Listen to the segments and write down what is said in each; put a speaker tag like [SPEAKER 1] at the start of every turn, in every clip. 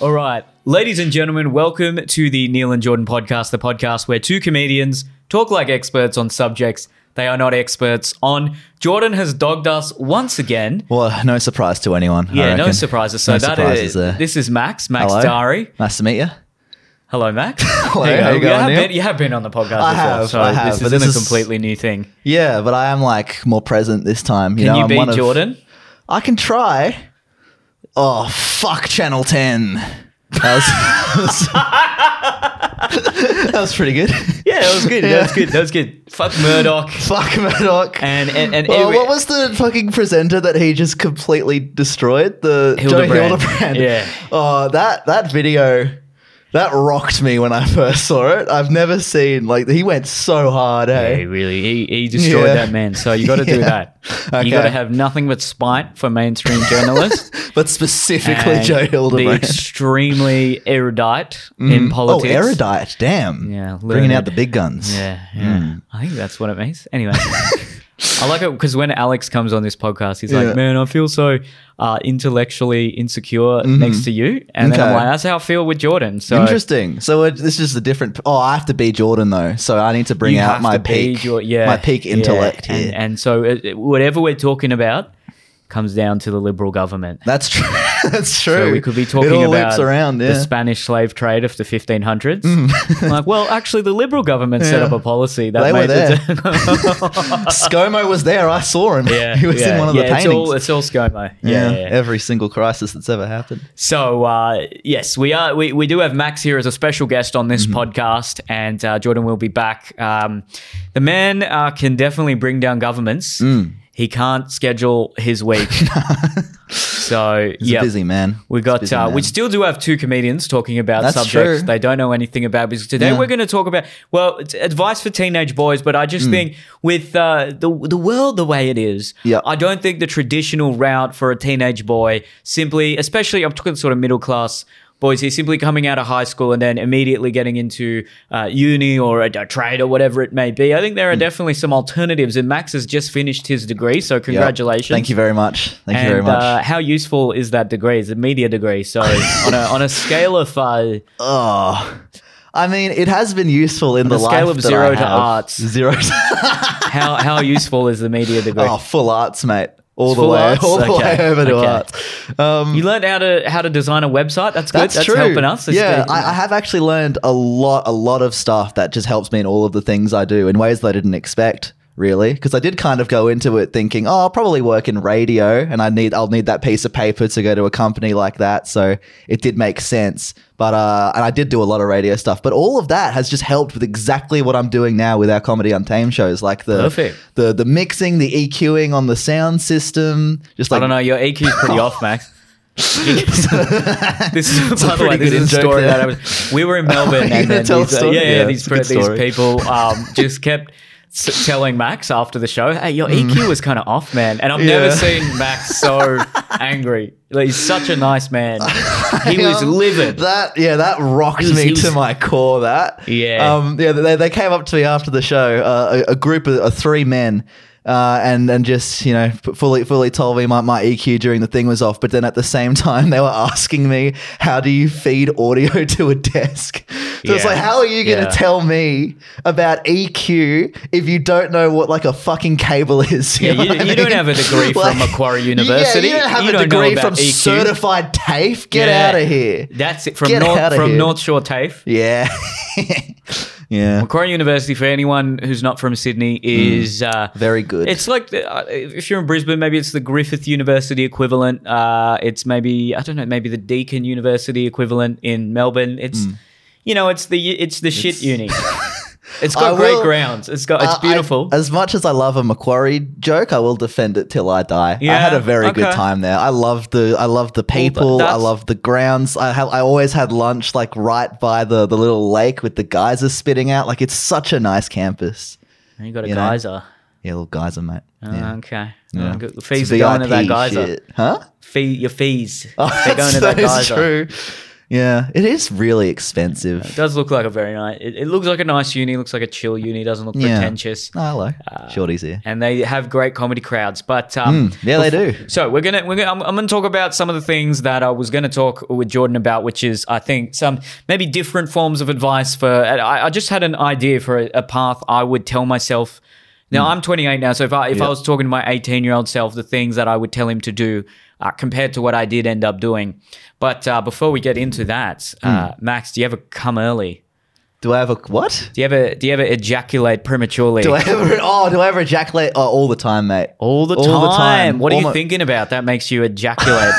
[SPEAKER 1] All right. Ladies and gentlemen, welcome to the Neil and Jordan podcast, the podcast where two comedians talk like experts on subjects they are not experts on. Jordan has dogged us once again.
[SPEAKER 2] Well, no surprise to anyone. I
[SPEAKER 1] Yeah, no
[SPEAKER 2] reckon.
[SPEAKER 1] surprises. So
[SPEAKER 2] No
[SPEAKER 1] that is
[SPEAKER 2] surprises there.
[SPEAKER 1] this is Max, Max
[SPEAKER 2] Hello.
[SPEAKER 1] Dari.
[SPEAKER 2] Nice to meet you.
[SPEAKER 1] Hello, Max.
[SPEAKER 2] Hello,
[SPEAKER 1] There
[SPEAKER 2] how you
[SPEAKER 1] you, go.
[SPEAKER 2] going,
[SPEAKER 1] have
[SPEAKER 2] Neil?
[SPEAKER 1] been, you have been on the podcast
[SPEAKER 2] I
[SPEAKER 1] before,
[SPEAKER 2] have,
[SPEAKER 1] so
[SPEAKER 2] I have,
[SPEAKER 1] this
[SPEAKER 2] but
[SPEAKER 1] isn't
[SPEAKER 2] this
[SPEAKER 1] a
[SPEAKER 2] is-
[SPEAKER 1] completely new thing.
[SPEAKER 2] Yeah, but I am like more present this time. You
[SPEAKER 1] Can
[SPEAKER 2] know,
[SPEAKER 1] you
[SPEAKER 2] I'm one
[SPEAKER 1] beat
[SPEAKER 2] of-
[SPEAKER 1] Jordan?
[SPEAKER 2] I can try. Oh fuck, Channel Ten. That was, that was pretty good.
[SPEAKER 1] Yeah, that was good. That was good. That was good. Fuck Murdoch.
[SPEAKER 2] Fuck Murdoch.
[SPEAKER 1] And and, and
[SPEAKER 2] Well,
[SPEAKER 1] it-
[SPEAKER 2] what was the fucking presenter that he just completely destroyed? The Joe
[SPEAKER 1] Hildebrand.
[SPEAKER 2] Hildebrand.
[SPEAKER 1] Yeah.
[SPEAKER 2] Oh, that that video that rocked me when I first saw it. I've never seen like he went so hard,
[SPEAKER 1] Yeah,
[SPEAKER 2] eh?
[SPEAKER 1] he really, he, he destroyed
[SPEAKER 2] Yeah.
[SPEAKER 1] that man. So you got to do
[SPEAKER 2] Yeah.
[SPEAKER 1] that. You got to
[SPEAKER 2] Okay.
[SPEAKER 1] have nothing but spite for mainstream journalists.
[SPEAKER 2] But specifically
[SPEAKER 1] and
[SPEAKER 2] Joe
[SPEAKER 1] The
[SPEAKER 2] Hildebrand.
[SPEAKER 1] extremely erudite in
[SPEAKER 2] Oh,
[SPEAKER 1] politics.
[SPEAKER 2] erudite, damn.
[SPEAKER 1] Yeah,
[SPEAKER 2] Bringing out
[SPEAKER 1] learned.
[SPEAKER 2] the big guns.
[SPEAKER 1] Yeah, yeah.
[SPEAKER 2] Mm.
[SPEAKER 1] I think that's what it means. Anyway, I like it because when Alex comes on this podcast, he's
[SPEAKER 2] Yeah.
[SPEAKER 1] like, "Man, I feel so uh, intellectually insecure next to you," and then I'm
[SPEAKER 2] Mm-hmm. Okay.
[SPEAKER 1] like, "That's how I feel with Jordan." So
[SPEAKER 2] Interesting. So it, this is a different. Oh, I have to be Jordan though. So I need to bring
[SPEAKER 1] you
[SPEAKER 2] out
[SPEAKER 1] have to
[SPEAKER 2] my
[SPEAKER 1] be
[SPEAKER 2] peak,
[SPEAKER 1] your- yeah,
[SPEAKER 2] my peak
[SPEAKER 1] yeah,
[SPEAKER 2] intellect
[SPEAKER 1] and,
[SPEAKER 2] here.
[SPEAKER 1] and so it, it- whatever we're talking about comes down to the liberal government.
[SPEAKER 2] That's true. That's true.
[SPEAKER 1] So we could be talking
[SPEAKER 2] it all
[SPEAKER 1] about
[SPEAKER 2] loops around. Yeah. Mm.
[SPEAKER 1] the Spanish slave trade of the 1500s. like, well, actually, the Liberal government set
[SPEAKER 2] Yeah.
[SPEAKER 1] up a policy that
[SPEAKER 2] They were
[SPEAKER 1] made
[SPEAKER 2] there.
[SPEAKER 1] The
[SPEAKER 2] ScoMo was there. I saw him.
[SPEAKER 1] yeah,
[SPEAKER 2] he was
[SPEAKER 1] yeah,
[SPEAKER 2] in one of
[SPEAKER 1] yeah,
[SPEAKER 2] the paintings.
[SPEAKER 1] It's all, it's all ScoMo. Yeah. yeah, yeah.
[SPEAKER 2] every single crisis that's ever happened.
[SPEAKER 1] So uh, yes, we are. We, we do have Max here as a special guest on
[SPEAKER 2] Mm-hmm.
[SPEAKER 1] this podcast, and uh, Jordan will be back. Um, the man uh, can definitely bring down governments.
[SPEAKER 2] Mm.
[SPEAKER 1] He can't schedule his week. so
[SPEAKER 2] He's
[SPEAKER 1] yeah,
[SPEAKER 2] a busy man.
[SPEAKER 1] We
[SPEAKER 2] He's a
[SPEAKER 1] got.
[SPEAKER 2] busy
[SPEAKER 1] Uh, we
[SPEAKER 2] man.
[SPEAKER 1] still do have two comedians talking about
[SPEAKER 2] That's
[SPEAKER 1] subjects
[SPEAKER 2] true.
[SPEAKER 1] they don't know anything about. Because today
[SPEAKER 2] Yeah.
[SPEAKER 1] we're going to talk about well, it's advice for teenage boys. But I
[SPEAKER 2] Hmm.
[SPEAKER 1] just think with uh, the the world the way it is,
[SPEAKER 2] Yeah.
[SPEAKER 1] I don't think the traditional route for a teenage boy simply, especially I'm talking sort of middle class. Boys, here, simply coming out of high school and then immediately getting into uh, uni or a, a trade or whatever it may be. I think
[SPEAKER 2] Hmm.
[SPEAKER 1] there are definitely some alternatives, and Max has just finished his degree, so
[SPEAKER 2] Yep.
[SPEAKER 1] congratulations!
[SPEAKER 2] Thank you very much. Thank
[SPEAKER 1] and
[SPEAKER 2] you very much.
[SPEAKER 1] Uh, how useful is that degree? It's a media degree. So on a on a scale of uh,
[SPEAKER 2] oh. I mean, it has been useful in the
[SPEAKER 1] a scale
[SPEAKER 2] life
[SPEAKER 1] of
[SPEAKER 2] that
[SPEAKER 1] zero
[SPEAKER 2] I
[SPEAKER 1] to
[SPEAKER 2] have.
[SPEAKER 1] arts.
[SPEAKER 2] Zero to
[SPEAKER 1] how how useful is the media degree?
[SPEAKER 2] oh, full arts, mate. All the
[SPEAKER 1] Full
[SPEAKER 2] way,
[SPEAKER 1] arts?
[SPEAKER 2] all the
[SPEAKER 1] Okay.
[SPEAKER 2] way over to
[SPEAKER 1] Okay.
[SPEAKER 2] arts. Um,
[SPEAKER 1] You learned how to how to design a website. That's good. That's, helping us. It's
[SPEAKER 2] Yeah,
[SPEAKER 1] good.
[SPEAKER 2] I, I have actually learned a lot, a lot of stuff that just helps me in all of the things I do in ways that I didn't expect. Really, because I did kind of go into it thinking, oh, I'll probably work in radio, and I need, I'll need that piece of paper to go to a company like that. So it did make sense. But uh, and I did do a lot of radio stuff, but all of that has just helped with exactly what I'm doing now with our comedy untamed shows, like the
[SPEAKER 1] Perfect.
[SPEAKER 2] the the mixing, the EQing on the sound system, just
[SPEAKER 1] I
[SPEAKER 2] like Oh.
[SPEAKER 1] don't know. Your EQ is pretty off, Max. this is, by the way, this
[SPEAKER 2] pretty good
[SPEAKER 1] is a
[SPEAKER 2] joke
[SPEAKER 1] story
[SPEAKER 2] there.
[SPEAKER 1] that I was. We were in Melbourne,
[SPEAKER 2] you
[SPEAKER 1] and
[SPEAKER 2] gonna
[SPEAKER 1] then
[SPEAKER 2] tell a
[SPEAKER 1] these, uh,
[SPEAKER 2] story?
[SPEAKER 1] yeah, yeah,
[SPEAKER 2] Yeah,
[SPEAKER 1] these,
[SPEAKER 2] it's a good
[SPEAKER 1] these
[SPEAKER 2] story.
[SPEAKER 1] people um, just kept s- telling Max after the show, "Hey, your EQ was kind of off, man." And I've never
[SPEAKER 2] Mm. Yeah.
[SPEAKER 1] seen Max so angry. Like, he's such a nice man. He was
[SPEAKER 2] Um,
[SPEAKER 1] livid.
[SPEAKER 2] That yeah, that rocked
[SPEAKER 1] He was-
[SPEAKER 2] me
[SPEAKER 1] he was-
[SPEAKER 2] to my core. That
[SPEAKER 1] Yeah.
[SPEAKER 2] um, yeah. They, they came up to me after the show, uh, a, a group of, of three men, uh, and and just you know f- fully fully told me my, my EQ during the thing was off. But then at the same time, they were asking me, "How do you feed audio to a desk?" So it's
[SPEAKER 1] Yeah.
[SPEAKER 2] like, how are you going
[SPEAKER 1] Yeah.
[SPEAKER 2] to tell me about EQ if you don't know what like a fucking cable is?
[SPEAKER 1] Yeah,
[SPEAKER 2] know
[SPEAKER 1] you-
[SPEAKER 2] what I
[SPEAKER 1] you don't
[SPEAKER 2] mean?
[SPEAKER 1] have a degree from Macquarie
[SPEAKER 2] yeah,
[SPEAKER 1] University.
[SPEAKER 2] you don't have
[SPEAKER 1] You
[SPEAKER 2] a
[SPEAKER 1] don't know
[SPEAKER 2] degree
[SPEAKER 1] about
[SPEAKER 2] from
[SPEAKER 1] EQ.
[SPEAKER 2] certified TAFE. Get
[SPEAKER 1] Yeah.
[SPEAKER 2] out of here.
[SPEAKER 1] That's it from
[SPEAKER 2] Get
[SPEAKER 1] North
[SPEAKER 2] outta
[SPEAKER 1] from
[SPEAKER 2] here.
[SPEAKER 1] North Shore TAFE.
[SPEAKER 2] Yeah. yeah.
[SPEAKER 1] Macquarie University, for anyone who's not from
[SPEAKER 2] Mm.
[SPEAKER 1] Sydney, is uh,
[SPEAKER 2] Very good.
[SPEAKER 1] It's like the, uh, if you're in Brisbane, maybe it's the Griffith University equivalent. Uh, it's maybe I don't know, maybe the Deakin University equivalent in Melbourne. It's
[SPEAKER 2] Hmm.
[SPEAKER 1] you know, it's the it's the shit uni. It's got
[SPEAKER 2] I
[SPEAKER 1] great
[SPEAKER 2] will-
[SPEAKER 1] grounds. It's got
[SPEAKER 2] I-
[SPEAKER 1] it's
[SPEAKER 2] I-
[SPEAKER 1] beautiful.
[SPEAKER 2] as much as I love a Macquarie joke, I will defend it till I die. I had
[SPEAKER 1] Yeah,
[SPEAKER 2] a very good
[SPEAKER 1] okay.
[SPEAKER 2] time there. I love the I love the people. I
[SPEAKER 1] that's-
[SPEAKER 2] love the grounds. I have I always had lunch like right by the the little lake with the geysers spitting out. Like it's such a nice campus.
[SPEAKER 1] And you got a
[SPEAKER 2] you know,
[SPEAKER 1] geyser.
[SPEAKER 2] Yeah, little geyser, mate.
[SPEAKER 1] Oh,
[SPEAKER 2] yeah.
[SPEAKER 1] Okay.
[SPEAKER 2] Yeah.
[SPEAKER 1] Oh, good.
[SPEAKER 2] It's
[SPEAKER 1] fees are going to that
[SPEAKER 2] VIP
[SPEAKER 1] geyser.
[SPEAKER 2] shit. huh?
[SPEAKER 1] Fee, your fees.
[SPEAKER 2] Oh,
[SPEAKER 1] They're going to that
[SPEAKER 2] that is
[SPEAKER 1] geyser.
[SPEAKER 2] true. Yeah, it is really expensive.
[SPEAKER 1] It does look like a very nice. It, it looks like a nice uni. Looks like a chill uni. Doesn't look
[SPEAKER 2] Yeah.
[SPEAKER 1] pretentious.
[SPEAKER 2] Oh, hello,
[SPEAKER 1] Uh,
[SPEAKER 2] shorties here.
[SPEAKER 1] and they have great comedy crowds. But um,
[SPEAKER 2] Mm, yeah, they do.
[SPEAKER 1] So we're gonna we're gonna I'm, I'm gonna talk about some of the things that I was gonna talk with Jordan about, which is I think some maybe different forms of advice for. and I, I just had an idea for a, a path I would tell myself.
[SPEAKER 2] Mm.
[SPEAKER 1] Now I'm 28 now, so if I if I was talking to my 18 year old self, the things that I would tell him to do uh, compared to what I did end up doing. But uh, before we get into that, uh,
[SPEAKER 2] Mm.
[SPEAKER 1] Max, do you ever come early?
[SPEAKER 2] Do I have a what?
[SPEAKER 1] Do you ever do you ever ejaculate prematurely?
[SPEAKER 2] Do I ever? Oh, do I ever ejaculate? Oh, all the time, mate.
[SPEAKER 1] All the time.
[SPEAKER 2] All the time.
[SPEAKER 1] What are you
[SPEAKER 2] Almo-
[SPEAKER 1] thinking about that makes you ejaculate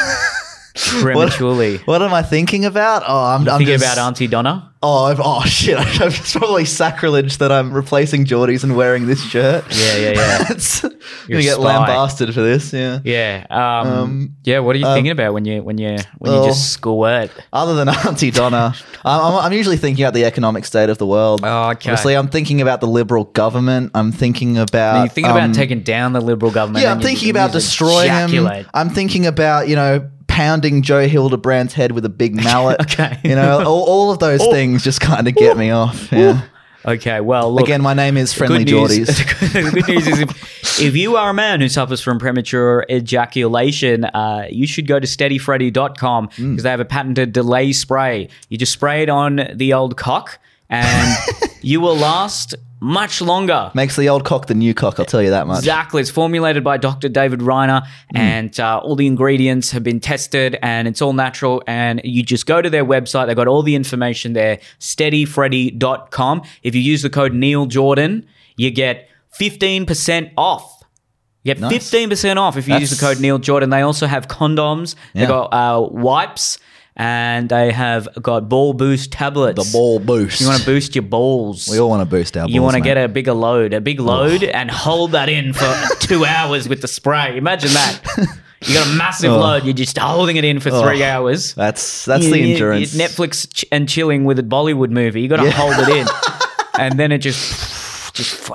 [SPEAKER 1] prematurely?
[SPEAKER 2] What am I thinking about? Oh, I'm, I'm
[SPEAKER 1] thinking
[SPEAKER 2] just,
[SPEAKER 1] about um, Auntie Donna?
[SPEAKER 2] Oh, I've, oh shit! It's probably sacrilege that I'm replacing Geordie's and wearing this shirt.
[SPEAKER 1] Yeah, yeah, yeah.
[SPEAKER 2] It's- I'm
[SPEAKER 1] You're
[SPEAKER 2] gonna
[SPEAKER 1] a
[SPEAKER 2] get
[SPEAKER 1] spy.
[SPEAKER 2] lambasted for this. Yeah.
[SPEAKER 1] Yeah. Um,
[SPEAKER 2] Um,
[SPEAKER 1] yeah. What are you thinking about when you when you when you
[SPEAKER 2] well-
[SPEAKER 1] just squirt?
[SPEAKER 2] Other than Auntie Donna, I'm, I'm, I'm usually thinking about the economic state of the world.
[SPEAKER 1] Oh, okay.
[SPEAKER 2] Obviously, I'm thinking about the liberal government. I'm thinking about.
[SPEAKER 1] Are you thinking
[SPEAKER 2] um,
[SPEAKER 1] about taking down the Liberal government?
[SPEAKER 2] Yeah, I'm
[SPEAKER 1] and you-
[SPEAKER 2] thinking
[SPEAKER 1] you
[SPEAKER 2] about
[SPEAKER 1] just
[SPEAKER 2] destroying
[SPEAKER 1] ejaculate?
[SPEAKER 2] him. I'm thinking about you know pounding Joe Hildebrand's head with a big mallet.
[SPEAKER 1] Okay. Oh.
[SPEAKER 2] You know, all, all of those things just kind of get me off. Yeah.
[SPEAKER 1] Okay. Well, Oh. look.
[SPEAKER 2] Again, my name is Friendly
[SPEAKER 1] good news.
[SPEAKER 2] Geordies.
[SPEAKER 1] the good news is, if, if you are a man who suffers from premature ejaculation, uh, you should go to steadyfreddy.com because
[SPEAKER 2] Hmm.
[SPEAKER 1] they have a patented delay spray. You just spray it on the old cock, and you will last much longer.
[SPEAKER 2] Makes the old cock the new cock. I'll tell you that much.
[SPEAKER 1] Exactly. It's formulated by Dr. David Reiner,
[SPEAKER 2] Hmm.
[SPEAKER 1] and uh, all the ingredients have been tested, and it's all natural. And you just go to their website. They've got all the information there, steadyfreddy.com. If you use the code Neil Jordan, you get 15% off. You get
[SPEAKER 2] Nice.
[SPEAKER 1] 15% off if you use the
[SPEAKER 2] That's-
[SPEAKER 1] code Neil Jordan. They also have condoms,
[SPEAKER 2] Yeah.
[SPEAKER 1] they've got uh, wipes, and they have got ball boost tablets.
[SPEAKER 2] The ball boost.
[SPEAKER 1] You want to boost your balls.
[SPEAKER 2] we all want to boost our.
[SPEAKER 1] You
[SPEAKER 2] want
[SPEAKER 1] want to get a bigger load, a big load, and hold that in for two hours with the spray. Imagine that. You got a massive
[SPEAKER 2] Oh.
[SPEAKER 1] load. You're just holding it in for three
[SPEAKER 2] Oh.
[SPEAKER 1] hours.
[SPEAKER 2] That's that's
[SPEAKER 1] You-
[SPEAKER 2] the
[SPEAKER 1] you- you-
[SPEAKER 2] endurance.
[SPEAKER 1] Netflix ch- and chilling with a Bollywood movie. You got to hold it in, and then it just just It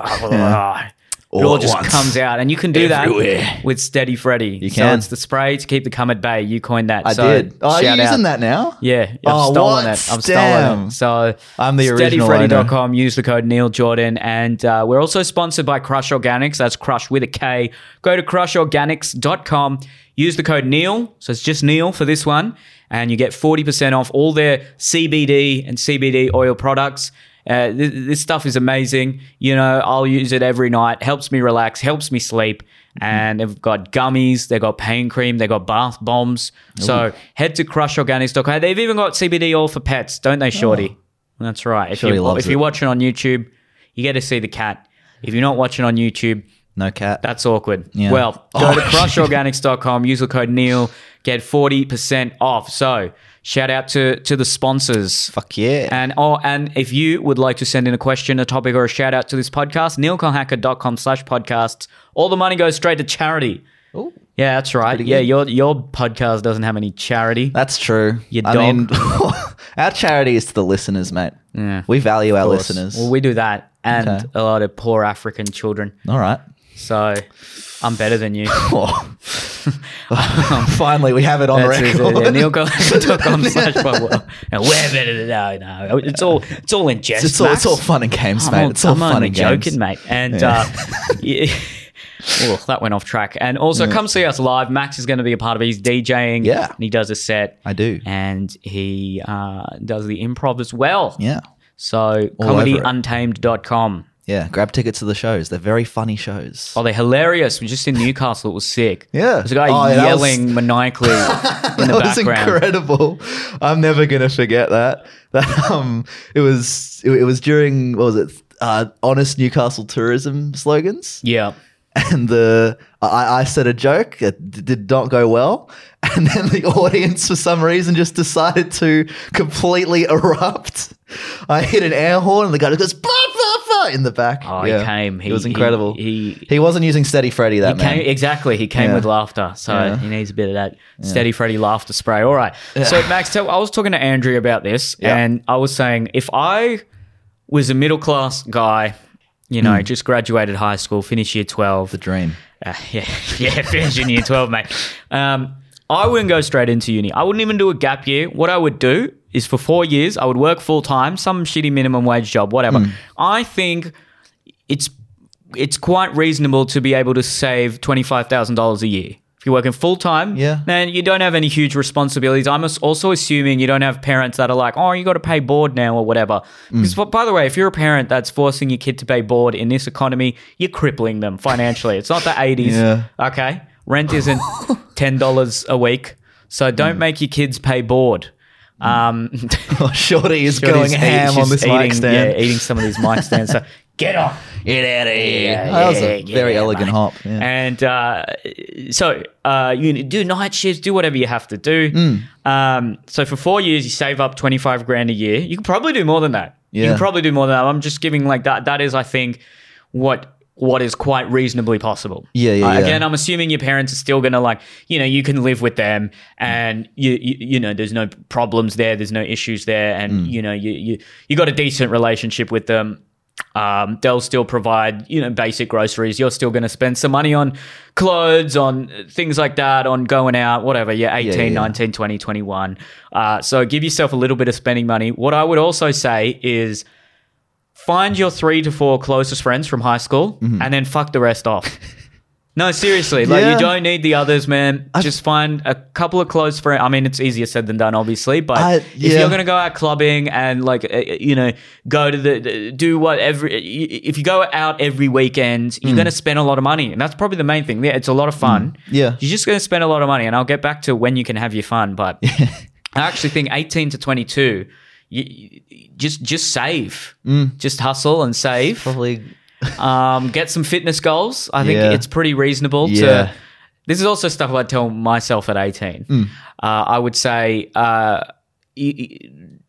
[SPEAKER 2] All
[SPEAKER 1] all
[SPEAKER 2] at
[SPEAKER 1] just
[SPEAKER 2] once.
[SPEAKER 1] comes out, and you can do
[SPEAKER 2] Everywhere.
[SPEAKER 1] that with Steady Freddy. You So
[SPEAKER 2] can.
[SPEAKER 1] it's the spray to keep the cum at bay. You coined that.
[SPEAKER 2] I
[SPEAKER 1] so
[SPEAKER 2] did. Oh, are you
[SPEAKER 1] shout out.
[SPEAKER 2] using that now?
[SPEAKER 1] Yeah, I've
[SPEAKER 2] Oh,
[SPEAKER 1] stolen
[SPEAKER 2] what?
[SPEAKER 1] it. I've stolen
[SPEAKER 2] Damn.
[SPEAKER 1] it. So
[SPEAKER 2] I'm the original
[SPEAKER 1] steadyfreddy.com. Use the code Neil Jordan, and uh, we're also sponsored by Crush Organics. That's Crush with a K. Go to crushorganics.com. Use the code Neil. So it's just Neil for this one, and you get forty percent off all their CBD and CBD oil products. Uh, th- this stuff is amazing. You know, I'll use it every night. Helps me relax. Helps me sleep.
[SPEAKER 2] Mm-hmm.
[SPEAKER 1] And they've got gummies. They've got pain cream. They've got bath bombs. So head to crushorganics.com. They've even got CBD oil for pets, don't they, Shorty? That's right. If,
[SPEAKER 2] Oh. Shorty
[SPEAKER 1] you,
[SPEAKER 2] loves
[SPEAKER 1] if you're
[SPEAKER 2] it.
[SPEAKER 1] watching on YouTube, you get to see the cat. If you're not watching on YouTube,
[SPEAKER 2] No cat.
[SPEAKER 1] that's awkward.
[SPEAKER 2] Yeah.
[SPEAKER 1] Well, go
[SPEAKER 2] Oh,
[SPEAKER 1] to
[SPEAKER 2] shit.
[SPEAKER 1] crushorganics.com, use the code Neil, get 40% off. So shout out to, to the sponsors.
[SPEAKER 2] Fuck yeah.
[SPEAKER 1] And oh, and if you would like to send in a question, a topic, or a shout out to this podcast, neilconhacker.com slash podcasts. All the money goes straight to charity.
[SPEAKER 2] Ooh.
[SPEAKER 1] Yeah, that's right. yeah, your your podcast doesn't have any charity.
[SPEAKER 2] That's true.
[SPEAKER 1] Your
[SPEAKER 2] I
[SPEAKER 1] dog.
[SPEAKER 2] mean, our charity is to the listeners, mate.
[SPEAKER 1] Yeah.
[SPEAKER 2] We value our listeners.
[SPEAKER 1] Well, we do that and
[SPEAKER 2] Okay.
[SPEAKER 1] a lot of poor African children.
[SPEAKER 2] All right.
[SPEAKER 1] So I'm better than you.
[SPEAKER 2] Oh. Um, Finally, we have it on
[SPEAKER 1] That's it,
[SPEAKER 2] record.
[SPEAKER 1] yeah, yeah. neilconhacker.com slash podcast. And we're better than no, no. It's all it's all in jest.
[SPEAKER 2] It's all,
[SPEAKER 1] Max.
[SPEAKER 2] it's all fun and games,
[SPEAKER 1] I'm
[SPEAKER 2] mate.
[SPEAKER 1] on-
[SPEAKER 2] it's all
[SPEAKER 1] I'm
[SPEAKER 2] fun
[SPEAKER 1] only
[SPEAKER 2] and games.
[SPEAKER 1] joking, mate. And
[SPEAKER 2] Yeah.
[SPEAKER 1] uh, yeah. oh, that went off track. And also, come see us live. Max is going to be a part of it. He's DJing.
[SPEAKER 2] Yeah.
[SPEAKER 1] and he does a set.
[SPEAKER 2] I do.
[SPEAKER 1] and he uh, does the improv as well.
[SPEAKER 2] Yeah.
[SPEAKER 1] So
[SPEAKER 2] over it.
[SPEAKER 1] comedyuntamed.com.
[SPEAKER 2] Yeah. Grab tickets to the shows. They're very funny shows.
[SPEAKER 1] Oh, they're hilarious. We're just in Newcastle. It was sick.
[SPEAKER 2] Yeah.
[SPEAKER 1] There's a guy
[SPEAKER 2] Oh, yeah, that was-
[SPEAKER 1] yelling maniacally in the
[SPEAKER 2] that was
[SPEAKER 1] background.
[SPEAKER 2] incredible. I'm never gonna forget that. That um, it was it, it was during what was it? Uh, honest Newcastle tourism slogans,
[SPEAKER 1] Yeah.
[SPEAKER 2] and the I, I said a joke that d- did not go well, and then the audience for some reason just decided to completely erupt. I hit an air horn, and the guy just goes blah blah blah in the back.
[SPEAKER 1] Oh, he came. He-
[SPEAKER 2] it was
[SPEAKER 1] he-
[SPEAKER 2] incredible. He,
[SPEAKER 1] he-
[SPEAKER 2] wasn't using Steady Freddy that
[SPEAKER 1] He came,
[SPEAKER 2] man.
[SPEAKER 1] exactly. He came
[SPEAKER 2] Yeah.
[SPEAKER 1] with laughter. So
[SPEAKER 2] Yeah.
[SPEAKER 1] he needs a bit of that steady Freddy laughter spray. All right. So, Max, tell, I was talking to Andrew about this,
[SPEAKER 2] Yeah.
[SPEAKER 1] and I was saying if I was a middle class guy, you
[SPEAKER 2] Mm.
[SPEAKER 1] know, just graduated high school, finished year 12,
[SPEAKER 2] the dream.
[SPEAKER 1] uh, yeah, yeah, finishing year 12, mate. Um, I wouldn't go straight into uni. I wouldn't even do a gap year. What I would do is for four years. I would work full time, some shitty minimum wage job, whatever.
[SPEAKER 2] Mm.
[SPEAKER 1] I think it's it's quite reasonable to be able to save twenty five thousand dollars a year. If you're working full time,
[SPEAKER 2] Yeah.
[SPEAKER 1] then you don't have any huge responsibilities. I'm as- also assuming you don't have parents that are like, oh, you got to pay board now or whatever.
[SPEAKER 2] Mm.
[SPEAKER 1] Because, b- by the way, if you're a parent that's forcing your kid to pay board in this economy, you're crippling them financially. it's not the 80s.
[SPEAKER 2] Yeah.
[SPEAKER 1] Okay. Rent isn't $10 a week. So don't
[SPEAKER 2] Mm.
[SPEAKER 1] make your kids pay board. Um,
[SPEAKER 2] Oh, Shorty
[SPEAKER 1] Shorty's
[SPEAKER 2] is going
[SPEAKER 1] eat-
[SPEAKER 2] ham on
[SPEAKER 1] she's
[SPEAKER 2] this
[SPEAKER 1] eating,
[SPEAKER 2] mic stand.
[SPEAKER 1] Yeah, eating some of these mic stands. So get off.
[SPEAKER 2] Get out of here.
[SPEAKER 1] Yeah,
[SPEAKER 2] that was a
[SPEAKER 1] yeah,
[SPEAKER 2] very
[SPEAKER 1] yeah,
[SPEAKER 2] elegant
[SPEAKER 1] mate.
[SPEAKER 2] hop. Yeah.
[SPEAKER 1] And uh, so uh, you do night shifts, do whatever you have to do.
[SPEAKER 2] Hmm.
[SPEAKER 1] Um, so for four years, you save up 25 grand a year. You can probably do more than that. You
[SPEAKER 2] Yeah.
[SPEAKER 1] can probably do more than that. I'm just giving like that. That is, I think, what what is quite reasonably possible.
[SPEAKER 2] Yeah, yeah,
[SPEAKER 1] Uh,
[SPEAKER 2] yeah.
[SPEAKER 1] Again, I'm assuming your parents are still gonna like, you know, you can live with them, and you you, you know, there's no problems there, there's no issues there, and
[SPEAKER 2] Mm.
[SPEAKER 1] you know, you you you got a decent relationship with them. Um, they'll still provide you know basic groceries. You're still going to spend some money on clothes, on things like that, on going out, whatever. You're 18,
[SPEAKER 2] yeah.
[SPEAKER 1] 19, 20, 21. Uh, so give yourself a little bit of spending money. What I would also say is find your three to four closest friends from high school and then fuck the rest off. no, seriously. Like,
[SPEAKER 2] Mm-hmm. Yeah.
[SPEAKER 1] you don't need the others, man. Just find a couple of close friends. I mean, it's easier said than done, obviously, but
[SPEAKER 2] I-
[SPEAKER 1] if
[SPEAKER 2] yeah.
[SPEAKER 1] you're going to go out clubbing and, like, uh, you know, go to the, the- do what every, if you go out every weekend, you're
[SPEAKER 2] Mm.
[SPEAKER 1] going to spend a lot of money. And that's probably the main thing. Yeah, it's a lot of fun.
[SPEAKER 2] Yeah.
[SPEAKER 1] You're just going to spend a lot of money. And I'll get back to when you can have your fun, but. I actually think 18 to 22, you, you- just just save, just hustle and save.
[SPEAKER 2] Mm. Probably.
[SPEAKER 1] Um, get some fitness goals. I think
[SPEAKER 2] Yeah.
[SPEAKER 1] it's pretty reasonable.
[SPEAKER 2] Yeah. Mm.
[SPEAKER 1] To, this is also stuff I tell myself at 18. Uh, I would say uh, y- y-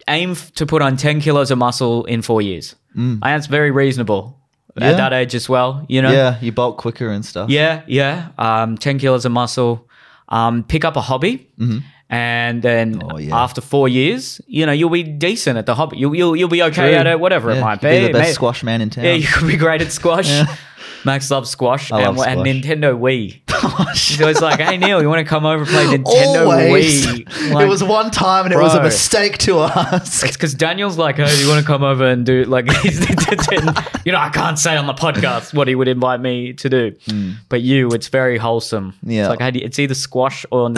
[SPEAKER 1] aim f- to put on 10 kilos of muscle in four years. And that's very reasonable
[SPEAKER 2] Mm. Yeah.
[SPEAKER 1] at that age as well. You know,
[SPEAKER 2] Yeah, you bulk quicker and stuff.
[SPEAKER 1] yeah, yeah. Um, 10 kilos of muscle. Um, pick up a hobby. And then
[SPEAKER 2] Mm-hmm. Oh, yeah.
[SPEAKER 1] after four years, you know, you'll be decent at the hobby. You'll, you'll, you'll be okay
[SPEAKER 2] True.
[SPEAKER 1] at it, whatever it
[SPEAKER 2] Yeah,
[SPEAKER 1] might
[SPEAKER 2] you
[SPEAKER 1] be.
[SPEAKER 2] could be the best
[SPEAKER 1] May-
[SPEAKER 2] squash man in town.
[SPEAKER 1] Yeah, you could be great at squash. Max loves squash.
[SPEAKER 2] I
[SPEAKER 1] and,
[SPEAKER 2] love
[SPEAKER 1] and
[SPEAKER 2] squash.
[SPEAKER 1] Nintendo Wii. He's always like, hey, Neil, you want to come over and play Nintendo
[SPEAKER 2] Always.
[SPEAKER 1] Wii? Like,
[SPEAKER 2] it was one time and it was a
[SPEAKER 1] bro.
[SPEAKER 2] mistake to ask.
[SPEAKER 1] it's because Daniel's like, oh, you want to come over and do like, he's, you know, I can't say on the podcast what he would invite me to do. But you, it's very wholesome.
[SPEAKER 2] Mm. Yeah.
[SPEAKER 1] It's like, how do you- it's either squash or,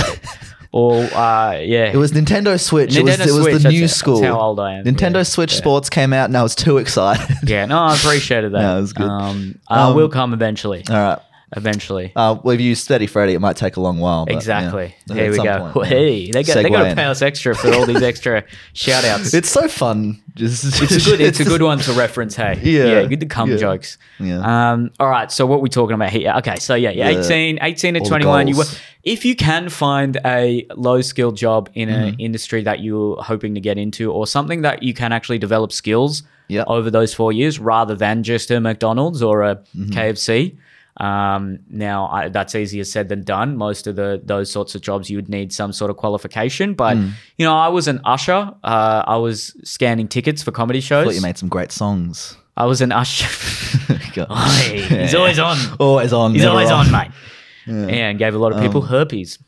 [SPEAKER 1] or uh, yeah.
[SPEAKER 2] It was Nintendo Switch. it was,
[SPEAKER 1] Nintendo
[SPEAKER 2] it was
[SPEAKER 1] Switch,
[SPEAKER 2] the
[SPEAKER 1] that's it.
[SPEAKER 2] new
[SPEAKER 1] That's
[SPEAKER 2] school.
[SPEAKER 1] how old I am.
[SPEAKER 2] Nintendo
[SPEAKER 1] Yeah,
[SPEAKER 2] Switch Sports came out and I was too excited.
[SPEAKER 1] yeah, no, I appreciated that.
[SPEAKER 2] No, it was good.
[SPEAKER 1] Um, I will come eventually.
[SPEAKER 2] All right.
[SPEAKER 1] Eventually.
[SPEAKER 2] Uh, we've used Steady Freddy. It might take a long while. but, yeah.
[SPEAKER 1] Exactly.
[SPEAKER 2] At
[SPEAKER 1] Here we
[SPEAKER 2] some
[SPEAKER 1] go.
[SPEAKER 2] point,
[SPEAKER 1] Well,
[SPEAKER 2] yeah.
[SPEAKER 1] Hey, they got they
[SPEAKER 2] Segue
[SPEAKER 1] got to
[SPEAKER 2] in.
[SPEAKER 1] pay us extra for all these extra shout outs.
[SPEAKER 2] It's so fun. Just
[SPEAKER 1] It's a good it's a good one to reference, hey.
[SPEAKER 2] Yeah.
[SPEAKER 1] good to come
[SPEAKER 2] Yeah.
[SPEAKER 1] jokes.
[SPEAKER 2] Yeah.
[SPEAKER 1] Um all right, so what we talking about here? Okay, so yeah, yeah,
[SPEAKER 2] Yeah.
[SPEAKER 1] 18, 18 to
[SPEAKER 2] All the
[SPEAKER 1] 21, you wo-
[SPEAKER 2] goals.
[SPEAKER 1] if you can find a low skill job in
[SPEAKER 2] Mm-hmm.
[SPEAKER 1] an industry that you're hoping to get into or something that you can actually develop skills
[SPEAKER 2] Yep.
[SPEAKER 1] over those 4 years rather than just a McDonald's or a
[SPEAKER 2] Mm-hmm.
[SPEAKER 1] KFC. Um, now I, that's easier said than done. Most of the those sorts of jobs, you would need some sort of qualification. But
[SPEAKER 2] Mm.
[SPEAKER 1] you know, I was an usher. Uh, I was scanning tickets for comedy
[SPEAKER 2] I
[SPEAKER 1] shows.
[SPEAKER 2] thought you made some great songs.
[SPEAKER 1] I was an usher.
[SPEAKER 2] Go.
[SPEAKER 1] Oi, He's
[SPEAKER 2] Yeah.
[SPEAKER 1] always on.
[SPEAKER 2] Always on. Um,
[SPEAKER 1] He's
[SPEAKER 2] never
[SPEAKER 1] always
[SPEAKER 2] off.
[SPEAKER 1] on, mate. Yeah, and gave a lot of people herpes.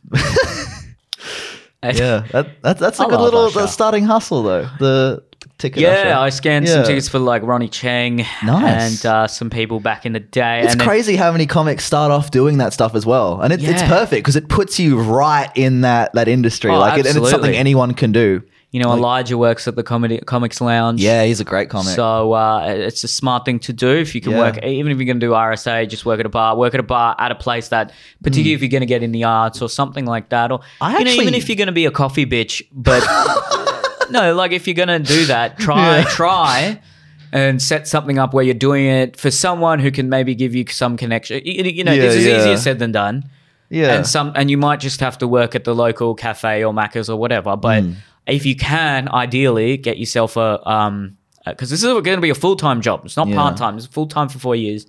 [SPEAKER 2] Yeah, that, that, that's a
[SPEAKER 1] I
[SPEAKER 2] good
[SPEAKER 1] love
[SPEAKER 2] little
[SPEAKER 1] Usher.
[SPEAKER 2] the starting hustle though. The ticket.
[SPEAKER 1] Yeah, I
[SPEAKER 2] usher.
[SPEAKER 1] scanned
[SPEAKER 2] Yeah.
[SPEAKER 1] some tickets for like Ronnie Chang
[SPEAKER 2] Nice.
[SPEAKER 1] and uh, some people back in the day.
[SPEAKER 2] It's
[SPEAKER 1] and then-
[SPEAKER 2] crazy how many comics start off doing that stuff as well, and it, it's
[SPEAKER 1] Yeah.
[SPEAKER 2] perfect because it puts you right in that that industry.
[SPEAKER 1] Oh,
[SPEAKER 2] like, it, and it's something
[SPEAKER 1] absolutely.
[SPEAKER 2] anyone can do.
[SPEAKER 1] you know, Elijah works at the comedy comics lounge.
[SPEAKER 2] Yeah, he's a great comic.
[SPEAKER 1] So uh, it's a smart thing to do if you can
[SPEAKER 2] Yeah.
[SPEAKER 1] work, even if you're going to do RSA, just work at a bar. Work at a bar at a place that, particularly if you're going to get in the arts or something like that, or
[SPEAKER 2] Mm. I
[SPEAKER 1] you know,
[SPEAKER 2] actually-
[SPEAKER 1] even if you're going to be a coffee bitch, but no, like if you're going to do that, try,
[SPEAKER 2] Yeah.
[SPEAKER 1] try. And set something up where you're doing it for someone who can maybe give you some connection. You, you know, this
[SPEAKER 2] Yeah,
[SPEAKER 1] is
[SPEAKER 2] yeah.
[SPEAKER 1] easier said than done
[SPEAKER 2] yeah,
[SPEAKER 1] and some and you might just have to work at the local cafe or Macca's or whatever. But
[SPEAKER 2] Mm.
[SPEAKER 1] if you can, ideally, get yourself a um because this is going to be a full time job. It's not
[SPEAKER 2] Yeah.
[SPEAKER 1] part time. It's full time for four years.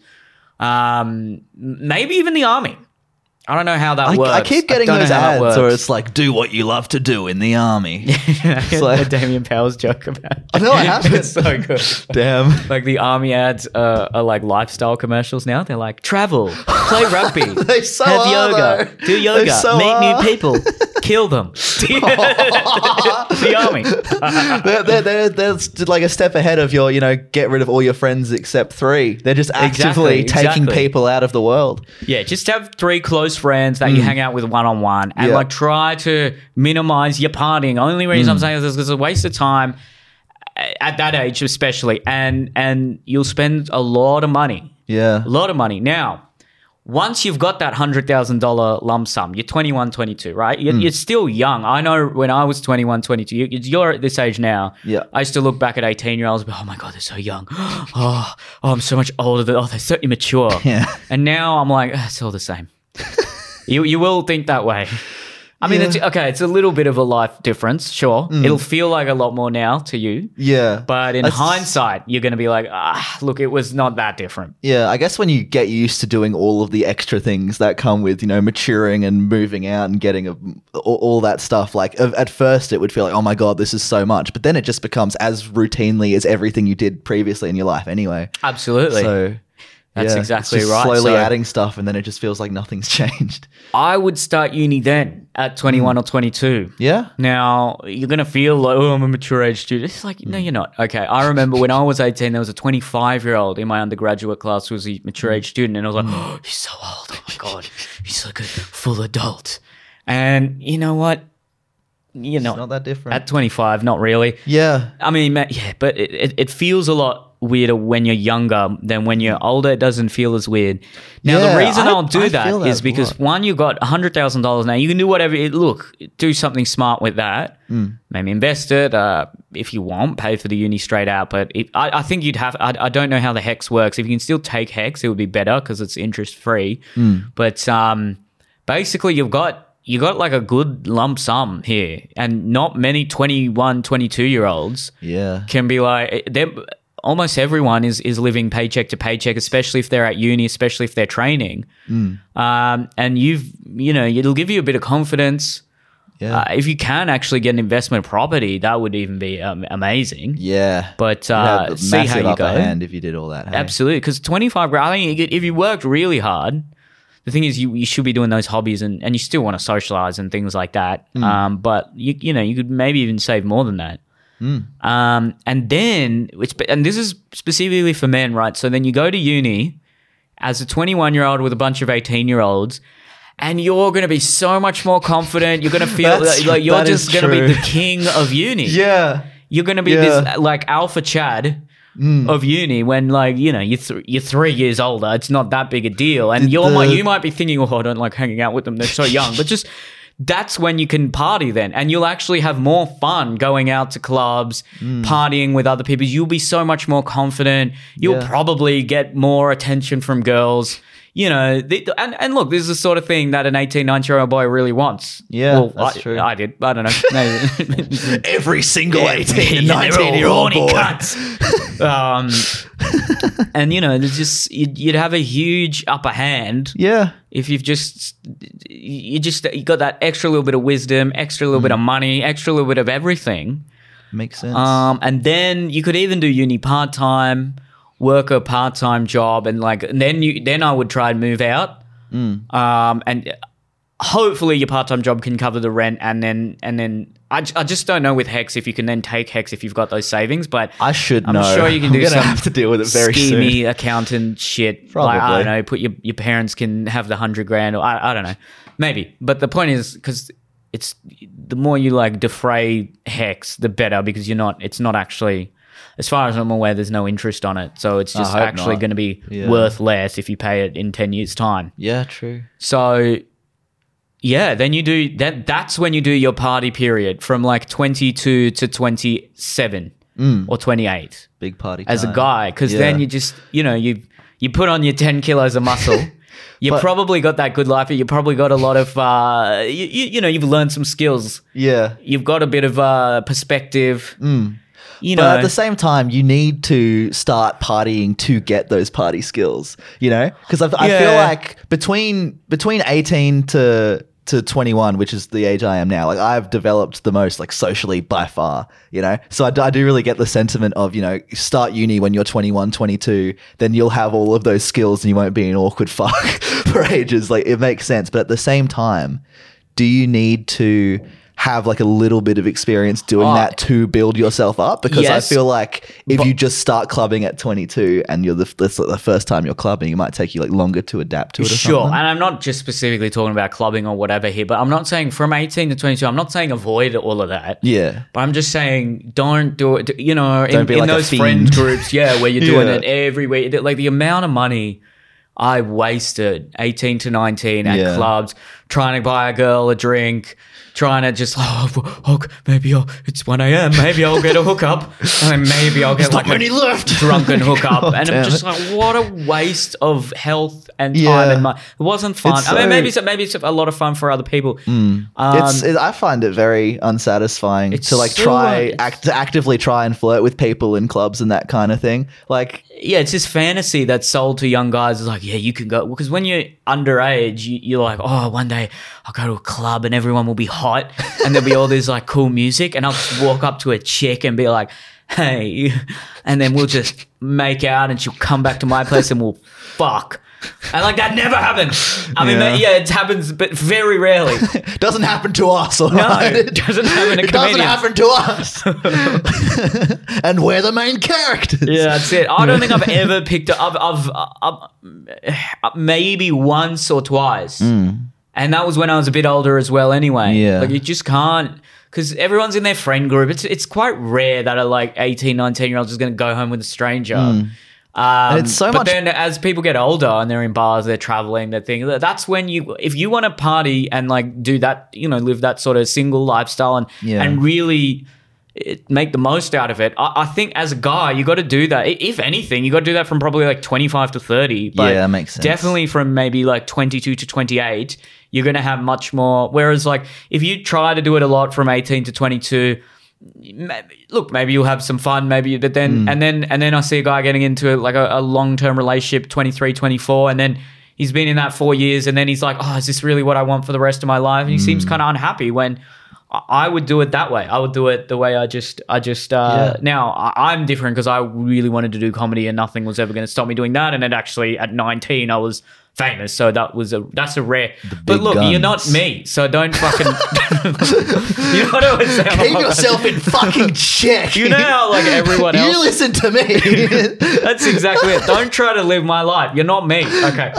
[SPEAKER 1] Um, m- maybe even the army. I don't know how that
[SPEAKER 2] I,
[SPEAKER 1] works.
[SPEAKER 2] I keep getting
[SPEAKER 1] don't
[SPEAKER 2] those
[SPEAKER 1] know how that
[SPEAKER 2] ads, or
[SPEAKER 1] works.
[SPEAKER 2] it's like, do what you love to do in the army. it's
[SPEAKER 1] the
[SPEAKER 2] like,
[SPEAKER 1] Damien Powell's joke about.
[SPEAKER 2] I know I haven't.
[SPEAKER 1] it's so good.
[SPEAKER 2] damn.
[SPEAKER 1] Like the army ads uh, are like lifestyle commercials now. They're like travel, play rugby,
[SPEAKER 2] They so
[SPEAKER 1] have
[SPEAKER 2] are,
[SPEAKER 1] yoga,
[SPEAKER 2] though.
[SPEAKER 1] do
[SPEAKER 2] They
[SPEAKER 1] yoga,
[SPEAKER 2] so
[SPEAKER 1] meet
[SPEAKER 2] are.
[SPEAKER 1] new people, kill them. the army.
[SPEAKER 2] they're, they're, they're, they're st- like a step ahead of your, you know, get rid of all your friends except three. They're just actively
[SPEAKER 1] Exactly,
[SPEAKER 2] taking
[SPEAKER 1] exactly.
[SPEAKER 2] people out of the world.
[SPEAKER 1] yeah, just have three close friends that you hang out with one on one and
[SPEAKER 2] Mm. Yeah.
[SPEAKER 1] like try to minimize your partying. Only reason
[SPEAKER 2] Mm.
[SPEAKER 1] I'm saying this is 'cause it's a waste of time a- at that age, especially. And and you'll spend a lot of money.
[SPEAKER 2] Yeah.
[SPEAKER 1] A lot of money. Now, once you've got that $100,000 lump sum, you're 21, 22, right?
[SPEAKER 2] Mm.
[SPEAKER 1] You're, you're still young. I know when I was 21, 22, you, you're at this age now.
[SPEAKER 2] Yeah.
[SPEAKER 1] I used to look back at 18 year olds, but, oh my God, they're so young. Oh, oh I'm so much older than, oh, they're so immature.
[SPEAKER 2] Yeah.
[SPEAKER 1] And now I'm like, "Ah, it's all the same. you, you will think that way. I mean,
[SPEAKER 2] Yeah.
[SPEAKER 1] it's okay, it's a little bit of a life difference, sure. It'll feel like a lot more now to you.
[SPEAKER 2] Yeah.
[SPEAKER 1] But in
[SPEAKER 2] That's-
[SPEAKER 1] hindsight, you're going to be like, ah, look, it was not that different.
[SPEAKER 2] Yeah, I guess when you get used to doing all of the extra things that come with, you know, maturing and moving out and getting a, all, all that stuff, like a- at first it would feel like, oh my God, this is so much. But then it just becomes as routinely as everything you did previously in your life anyway.
[SPEAKER 1] Absolutely.
[SPEAKER 2] So
[SPEAKER 1] That's
[SPEAKER 2] yeah,
[SPEAKER 1] exactly
[SPEAKER 2] it's just
[SPEAKER 1] right.
[SPEAKER 2] Slowly
[SPEAKER 1] So-
[SPEAKER 2] adding stuff and then it just feels like nothing's changed.
[SPEAKER 1] I would start uni then
[SPEAKER 2] Mm.
[SPEAKER 1] at 21 or 22.
[SPEAKER 2] Yeah.
[SPEAKER 1] Now, you're going to feel like, oh, I'm a mature age student. It's like,
[SPEAKER 2] Mm.
[SPEAKER 1] no, you're not. Okay. I remember when I was 18, there was a 25 year old in my undergraduate class who was a mature
[SPEAKER 2] Mm.
[SPEAKER 1] age student. And I was like, oh, he's so old. Oh my God. He's like a full adult. And you know what? You're not.
[SPEAKER 2] Not that different.
[SPEAKER 1] at 25, not really.
[SPEAKER 2] yeah.
[SPEAKER 1] I mean, ma- yeah, but it, it, it feels a lot weirder when you're younger than when you're older. It doesn't feel as weird. Now,
[SPEAKER 2] Yeah,
[SPEAKER 1] the reason
[SPEAKER 2] I-
[SPEAKER 1] I, will do
[SPEAKER 2] I
[SPEAKER 1] that
[SPEAKER 2] feel
[SPEAKER 1] is
[SPEAKER 2] that a
[SPEAKER 1] because
[SPEAKER 2] lot.
[SPEAKER 1] one, you got hundred thousand dollars now. You can do whatever. It, look, do something smart with that.
[SPEAKER 2] Mm.
[SPEAKER 1] Maybe invest it uh, if you want. Pay for the uni straight out. But it, I, I think you'd have. I, I don't know how the hex works. If you can still take hex, it would be better because it's interest free.
[SPEAKER 2] Mm.
[SPEAKER 1] But um, basically, you've got. You got like a good lump sum here, and not many 21, 22 year olds
[SPEAKER 2] Yeah.
[SPEAKER 1] can be like eh, they're almost everyone is is living paycheck to paycheck, especially if they're at uni, especially if they're training.
[SPEAKER 2] Mm.
[SPEAKER 1] Um, and you've you know it'll give you a bit of confidence.
[SPEAKER 2] Yeah.
[SPEAKER 1] Uh, if you can actually get an investment property, that would even be um, amazing.
[SPEAKER 2] yeah.
[SPEAKER 1] But
[SPEAKER 2] You'd have
[SPEAKER 1] uh,
[SPEAKER 2] the
[SPEAKER 1] see how
[SPEAKER 2] massive
[SPEAKER 1] you
[SPEAKER 2] upper
[SPEAKER 1] go.
[SPEAKER 2] hand if you did all that. hey?
[SPEAKER 1] Absolutely, because twenty five grand. I think you get- if you worked really hard, the thing is you, you should be doing those hobbies and, and you still want to socialize and things like that.
[SPEAKER 2] Mm.
[SPEAKER 1] Um, but you you know you could maybe even save more than that.
[SPEAKER 2] Mm.
[SPEAKER 1] Um, and then it's and this is specifically for men, right? So then you go to uni as a twenty one year old with a bunch of eighteen year olds. And you're going to be so much more confident. You're going to feel
[SPEAKER 2] That's-
[SPEAKER 1] like, like you're
[SPEAKER 2] that is
[SPEAKER 1] just going to be
[SPEAKER 2] true.
[SPEAKER 1] the king of uni
[SPEAKER 2] Yeah.
[SPEAKER 1] you're gonna be
[SPEAKER 2] Yeah. Mm.
[SPEAKER 1] this like alpha Chad of uni when like you know you're th- you're three years older. It's not that big a deal, and you're
[SPEAKER 2] the-
[SPEAKER 1] like you might be thinking, oh, I don't like hanging out with them. They're so young, but just. That's when you can party then, and you'll actually have more fun going out to clubs,
[SPEAKER 2] Mm.
[SPEAKER 1] partying with other people. You'll be so much more confident. You'll
[SPEAKER 2] Yeah.
[SPEAKER 1] probably get more attention from girls. You know, the, and, and look, this is the sort of thing that an 18, 19 year old boy really wants.
[SPEAKER 2] Yeah,
[SPEAKER 1] Well,
[SPEAKER 2] that's
[SPEAKER 1] I,
[SPEAKER 2] true.
[SPEAKER 1] I did. I don't know. Maybe.
[SPEAKER 2] Every single 18 and
[SPEAKER 1] Yeah, they're all
[SPEAKER 2] 19 year old
[SPEAKER 1] horny
[SPEAKER 2] boy.
[SPEAKER 1] cunts. um, and you know, there's just you'd, you'd have a huge upper hand
[SPEAKER 2] Yeah.
[SPEAKER 1] if you've just you just you got that extra little bit of wisdom, extra little bit of money, extra little bit of everything.
[SPEAKER 2] Makes sense.
[SPEAKER 1] Um, and then you could even do uni part time, work a part time job, and like and then you then I would try and move out. Um, and hopefully your part time job can cover the rent, and then and then I, j- I just don't know with hex if you can then take hex if you've got those savings, but
[SPEAKER 2] I should
[SPEAKER 1] I'm
[SPEAKER 2] know.
[SPEAKER 1] sure you can do
[SPEAKER 2] I'm gonna
[SPEAKER 1] some
[SPEAKER 2] have to deal with it very
[SPEAKER 1] schemy
[SPEAKER 2] soon.
[SPEAKER 1] accountant shit. Like, I
[SPEAKER 2] Probably.
[SPEAKER 1] don't know. Put your your parents can have the hundred grand, or I, I don't know, maybe. But the point is because it's the more you like defray hex, the better because you're not. It's not actually. As far as I'm aware, there's no interest on it, so it's just
[SPEAKER 2] hope
[SPEAKER 1] actually
[SPEAKER 2] not.
[SPEAKER 1] going to be
[SPEAKER 2] Yeah.
[SPEAKER 1] worth less if you pay it in ten years' time.
[SPEAKER 2] Yeah, true.
[SPEAKER 1] So yeah, then you do that that's when you do your party period from like 22 to 27
[SPEAKER 2] Hmm.
[SPEAKER 1] or 28
[SPEAKER 2] Big party.
[SPEAKER 1] as a
[SPEAKER 2] time.
[SPEAKER 1] guy cuz then
[SPEAKER 2] Yeah.
[SPEAKER 1] you just, you know, you you put on your 10 kilos of muscle. You probably got that good life. You probably got a lot of, uh, you, you, you know, you've learned some skills.
[SPEAKER 2] Yeah.
[SPEAKER 1] You've got a bit of uh, perspective. You know,
[SPEAKER 2] Mm. But at the same time, you need to start partying to get those party skills, you know? Because I feel
[SPEAKER 1] Yeah.
[SPEAKER 2] like between between 18 to to 21, which is the age I am now, like I've developed the most, like socially by far, you know? So I, do- I do really get the sentiment of, you know, start uni when you're 21, 22, then you'll have all of those skills and you won't be an awkward fuck for ages. Like it makes sense. But at the same time, do you need to have like a little bit of experience doing
[SPEAKER 1] Oh.
[SPEAKER 2] that to build yourself up? Because
[SPEAKER 1] Yes.
[SPEAKER 2] I feel like if you just start clubbing at 22 and you're the, that's the first time you're clubbing, it might take you like longer to adapt to it. Or
[SPEAKER 1] Sure.
[SPEAKER 2] something.
[SPEAKER 1] And I'm not just specifically talking about clubbing or whatever here, but I'm not saying from 18 to 22, I'm not saying avoid all of that.
[SPEAKER 2] Yeah.
[SPEAKER 1] But I'm just saying, don't do it. You know, in,
[SPEAKER 2] Don't be
[SPEAKER 1] in
[SPEAKER 2] like a
[SPEAKER 1] those
[SPEAKER 2] fiend.
[SPEAKER 1] friend groups, yeah, where you're doing
[SPEAKER 2] Yeah.
[SPEAKER 1] it every week. Like the amount of money I wasted, 18 to 19, at
[SPEAKER 2] Yeah.
[SPEAKER 1] clubs, trying to buy a girl a drink, trying to just, oh, w- oh maybe I'll, it's 1 a.m., maybe I'll get a hookup, and then maybe I'll get like a
[SPEAKER 2] left.
[SPEAKER 1] drunken hookup. and
[SPEAKER 2] damn
[SPEAKER 1] I'm just
[SPEAKER 2] it.
[SPEAKER 1] like, what a waste of health and time
[SPEAKER 2] Yeah.
[SPEAKER 1] and money. It wasn't fun.
[SPEAKER 2] It's
[SPEAKER 1] I mean,
[SPEAKER 2] so- Hmm.
[SPEAKER 1] maybe it's, maybe it's a lot of fun for other people. Um,
[SPEAKER 2] it's it, I find it very unsatisfying
[SPEAKER 1] It's
[SPEAKER 2] to like
[SPEAKER 1] so
[SPEAKER 2] try
[SPEAKER 1] un-
[SPEAKER 2] act, to actively try and flirt with people in clubs and that kind of thing. Like
[SPEAKER 1] yeah, it's this fantasy that's sold to young guys. It's like, yeah, you can go because when you're underage, you, you're like, oh, one day I'll go to a club and everyone will be hot and there'll be all this like cool music, and I'll just walk up to a chick and be like, hey, and then we'll just make out, and she'll come back to my place and we'll fuck. And like that never happened. I mean,
[SPEAKER 2] Yeah.
[SPEAKER 1] that- yeah, it happens, but very rarely.
[SPEAKER 2] doesn't happen to us. All right?
[SPEAKER 1] it doesn't happen to
[SPEAKER 2] it doesn't
[SPEAKER 1] comedians.
[SPEAKER 2] happen to us. and we're the main characters.
[SPEAKER 1] Yeah, that's it. I don't think I've ever picked up. I've, I've, I've maybe once or twice, and that was when I was a bit older as well. Anyway,
[SPEAKER 2] Hmm. Yeah.
[SPEAKER 1] like you just can't because everyone's in their friend group. It's it's quite rare that a like 18, 19 year old is going to go home with a stranger. Um,
[SPEAKER 2] Hmm. it's so
[SPEAKER 1] but
[SPEAKER 2] much-
[SPEAKER 1] then as people get older and they're in bars, they're traveling, they're thinking that's when you, if you want to party and like do that, you know, live that sort of single lifestyle and,
[SPEAKER 2] Yeah.
[SPEAKER 1] and really it, make the most out of it. I, I think as a guy, you got to do that. I- If anything, you got to do that from probably like 25 to 30. But
[SPEAKER 2] Yeah, that makes sense.
[SPEAKER 1] Definitely from maybe like 22 to 28, you're going to have much more. Whereas, like, if you try to do it a lot from 18 to 22, maybe, look, maybe you'll have some fun, maybe, you- but
[SPEAKER 2] Hmm.
[SPEAKER 1] then, and then, and then I see a guy getting into like a, a long term relationship, 23, 24, and then he's been in that four years, and then he's like, oh, is this really what I want for the rest of my life? And he
[SPEAKER 2] Hmm.
[SPEAKER 1] seems kind of unhappy when. I I would do it that way. I would do it the way I just, I just, uh,
[SPEAKER 2] Yeah.
[SPEAKER 1] now I, I'm different because I really wanted to do comedy and nothing was ever going to stop me doing that. And then actually at 19, I was famous. So that was a, that's a rare, but
[SPEAKER 2] big
[SPEAKER 1] look, you're not
[SPEAKER 2] guns.
[SPEAKER 1] me. So don't fucking, you know what I was saying?
[SPEAKER 2] Keep yourself in fucking check.
[SPEAKER 1] You know how, like, everyone else-
[SPEAKER 2] You listen to me.
[SPEAKER 1] That's exactly it. Don't try to live my life. You're not me. Okay.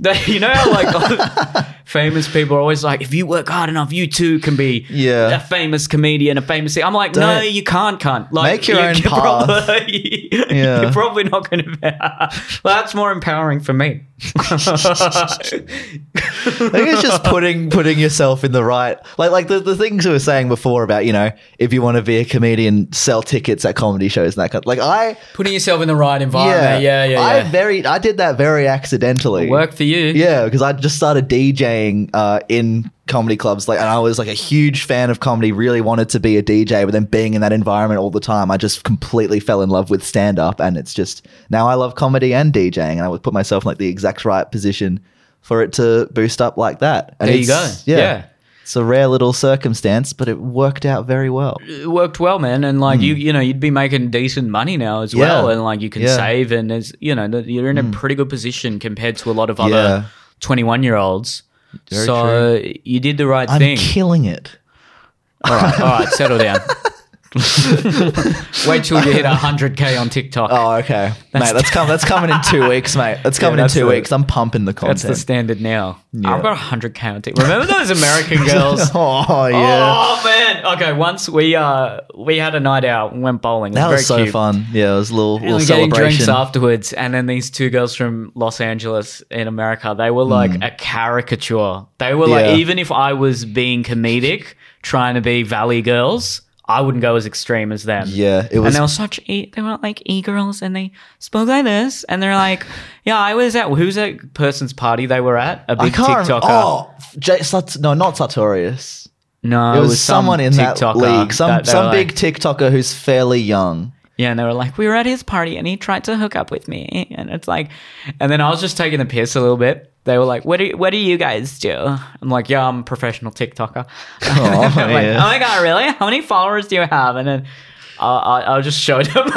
[SPEAKER 1] That- you know how like famous people are always like, if you work hard enough, you too can be
[SPEAKER 2] Yeah.
[SPEAKER 1] a famous comedian, a famous. I'm like, no,
[SPEAKER 2] Don't-
[SPEAKER 1] you can't, cunt. Like,
[SPEAKER 2] Make your own path.
[SPEAKER 1] Probably,
[SPEAKER 2] Yeah.
[SPEAKER 1] You're probably not going to. be That's more empowering for me.
[SPEAKER 2] I think it's just putting putting yourself in the right like like the, the things we were saying before about you know if you want to be a comedian sell tickets at comedy shows and that kind like I
[SPEAKER 1] Putting yourself in the right
[SPEAKER 2] yeah
[SPEAKER 1] environment. Oh, Yeah, yeah, yeah.
[SPEAKER 2] I very I did that very accidentally
[SPEAKER 1] Work for you.
[SPEAKER 2] yeah because I just started DJing uh, in comedy clubs like and I was like a huge fan of comedy really wanted to be a DJ but then being in that environment all the time I just completely fell in love with stand up and it's just now I love comedy and DJing and I would put myself in like the exact right position for it to boost up like that and
[SPEAKER 1] There you go.
[SPEAKER 2] it's-
[SPEAKER 1] yeah.
[SPEAKER 2] it's a rare little circumstance, but it worked out very well.
[SPEAKER 1] it worked well, man. And like you, you know, you'd be making decent money now as well,
[SPEAKER 2] Hmm. Yeah.
[SPEAKER 1] and like you can
[SPEAKER 2] Yeah. Hmm.
[SPEAKER 1] save, and there's, you know, that you're in a pretty good position compared to a lot of
[SPEAKER 2] Yeah.
[SPEAKER 1] other twenty-one-year-olds.
[SPEAKER 2] Very
[SPEAKER 1] so you did the right
[SPEAKER 2] I'm
[SPEAKER 1] thing.
[SPEAKER 2] killing it.
[SPEAKER 1] all right, all right, settle down. Wait till you hit hundred k on TikTok.
[SPEAKER 2] Oh, okay, mate. That's come. That's coming in two weeks, mate. That's coming
[SPEAKER 1] that's
[SPEAKER 2] in two
[SPEAKER 1] the-
[SPEAKER 2] weeks. I'm pumping the content.
[SPEAKER 1] That's the standard now.
[SPEAKER 2] Yeah.
[SPEAKER 1] I've got hundred k on TikTok. Remember those American girls?
[SPEAKER 2] oh yeah,
[SPEAKER 1] Oh man. Okay, once we uh we had a night out and went bowling. It
[SPEAKER 2] that was
[SPEAKER 1] very
[SPEAKER 2] so
[SPEAKER 1] cute.
[SPEAKER 2] fun. Yeah, it was a little,
[SPEAKER 1] We
[SPEAKER 2] little
[SPEAKER 1] were getting drinks
[SPEAKER 2] celebration.
[SPEAKER 1] afterwards, and then these two girls from Los Angeles in America, they were like a caricature. They were
[SPEAKER 2] Hmm. Yeah.
[SPEAKER 1] like, even if I was being comedic, trying to be Valley girls, I wouldn't go as extreme as them.
[SPEAKER 2] Yeah, it was.
[SPEAKER 1] and they were such e- they were like e girls, and they spoke like this, and they're like, yeah, I was at who's that person's party they were at? A
[SPEAKER 2] I
[SPEAKER 1] big
[SPEAKER 2] can't.
[SPEAKER 1] TikToker.
[SPEAKER 2] Remember. Oh, J, Sat, no, not Sartorius.
[SPEAKER 1] no,
[SPEAKER 2] It was,
[SPEAKER 1] some
[SPEAKER 2] someone in that
[SPEAKER 1] TikToker
[SPEAKER 2] league. Some
[SPEAKER 1] that they
[SPEAKER 2] some
[SPEAKER 1] were
[SPEAKER 2] big
[SPEAKER 1] like-
[SPEAKER 2] TikToker who's fairly young.
[SPEAKER 1] Yeah, and they were like, we were at his party and he tried to hook up with me. And it's like, and then I was just taking the piss a little bit. They were like, what do, what do you guys do? I'm like, yeah, I'm a professional TikToker.
[SPEAKER 2] Oh,
[SPEAKER 1] I'm like,
[SPEAKER 2] yeah.
[SPEAKER 1] oh my God, really? How many followers do you have? And then I, I, I'll just show them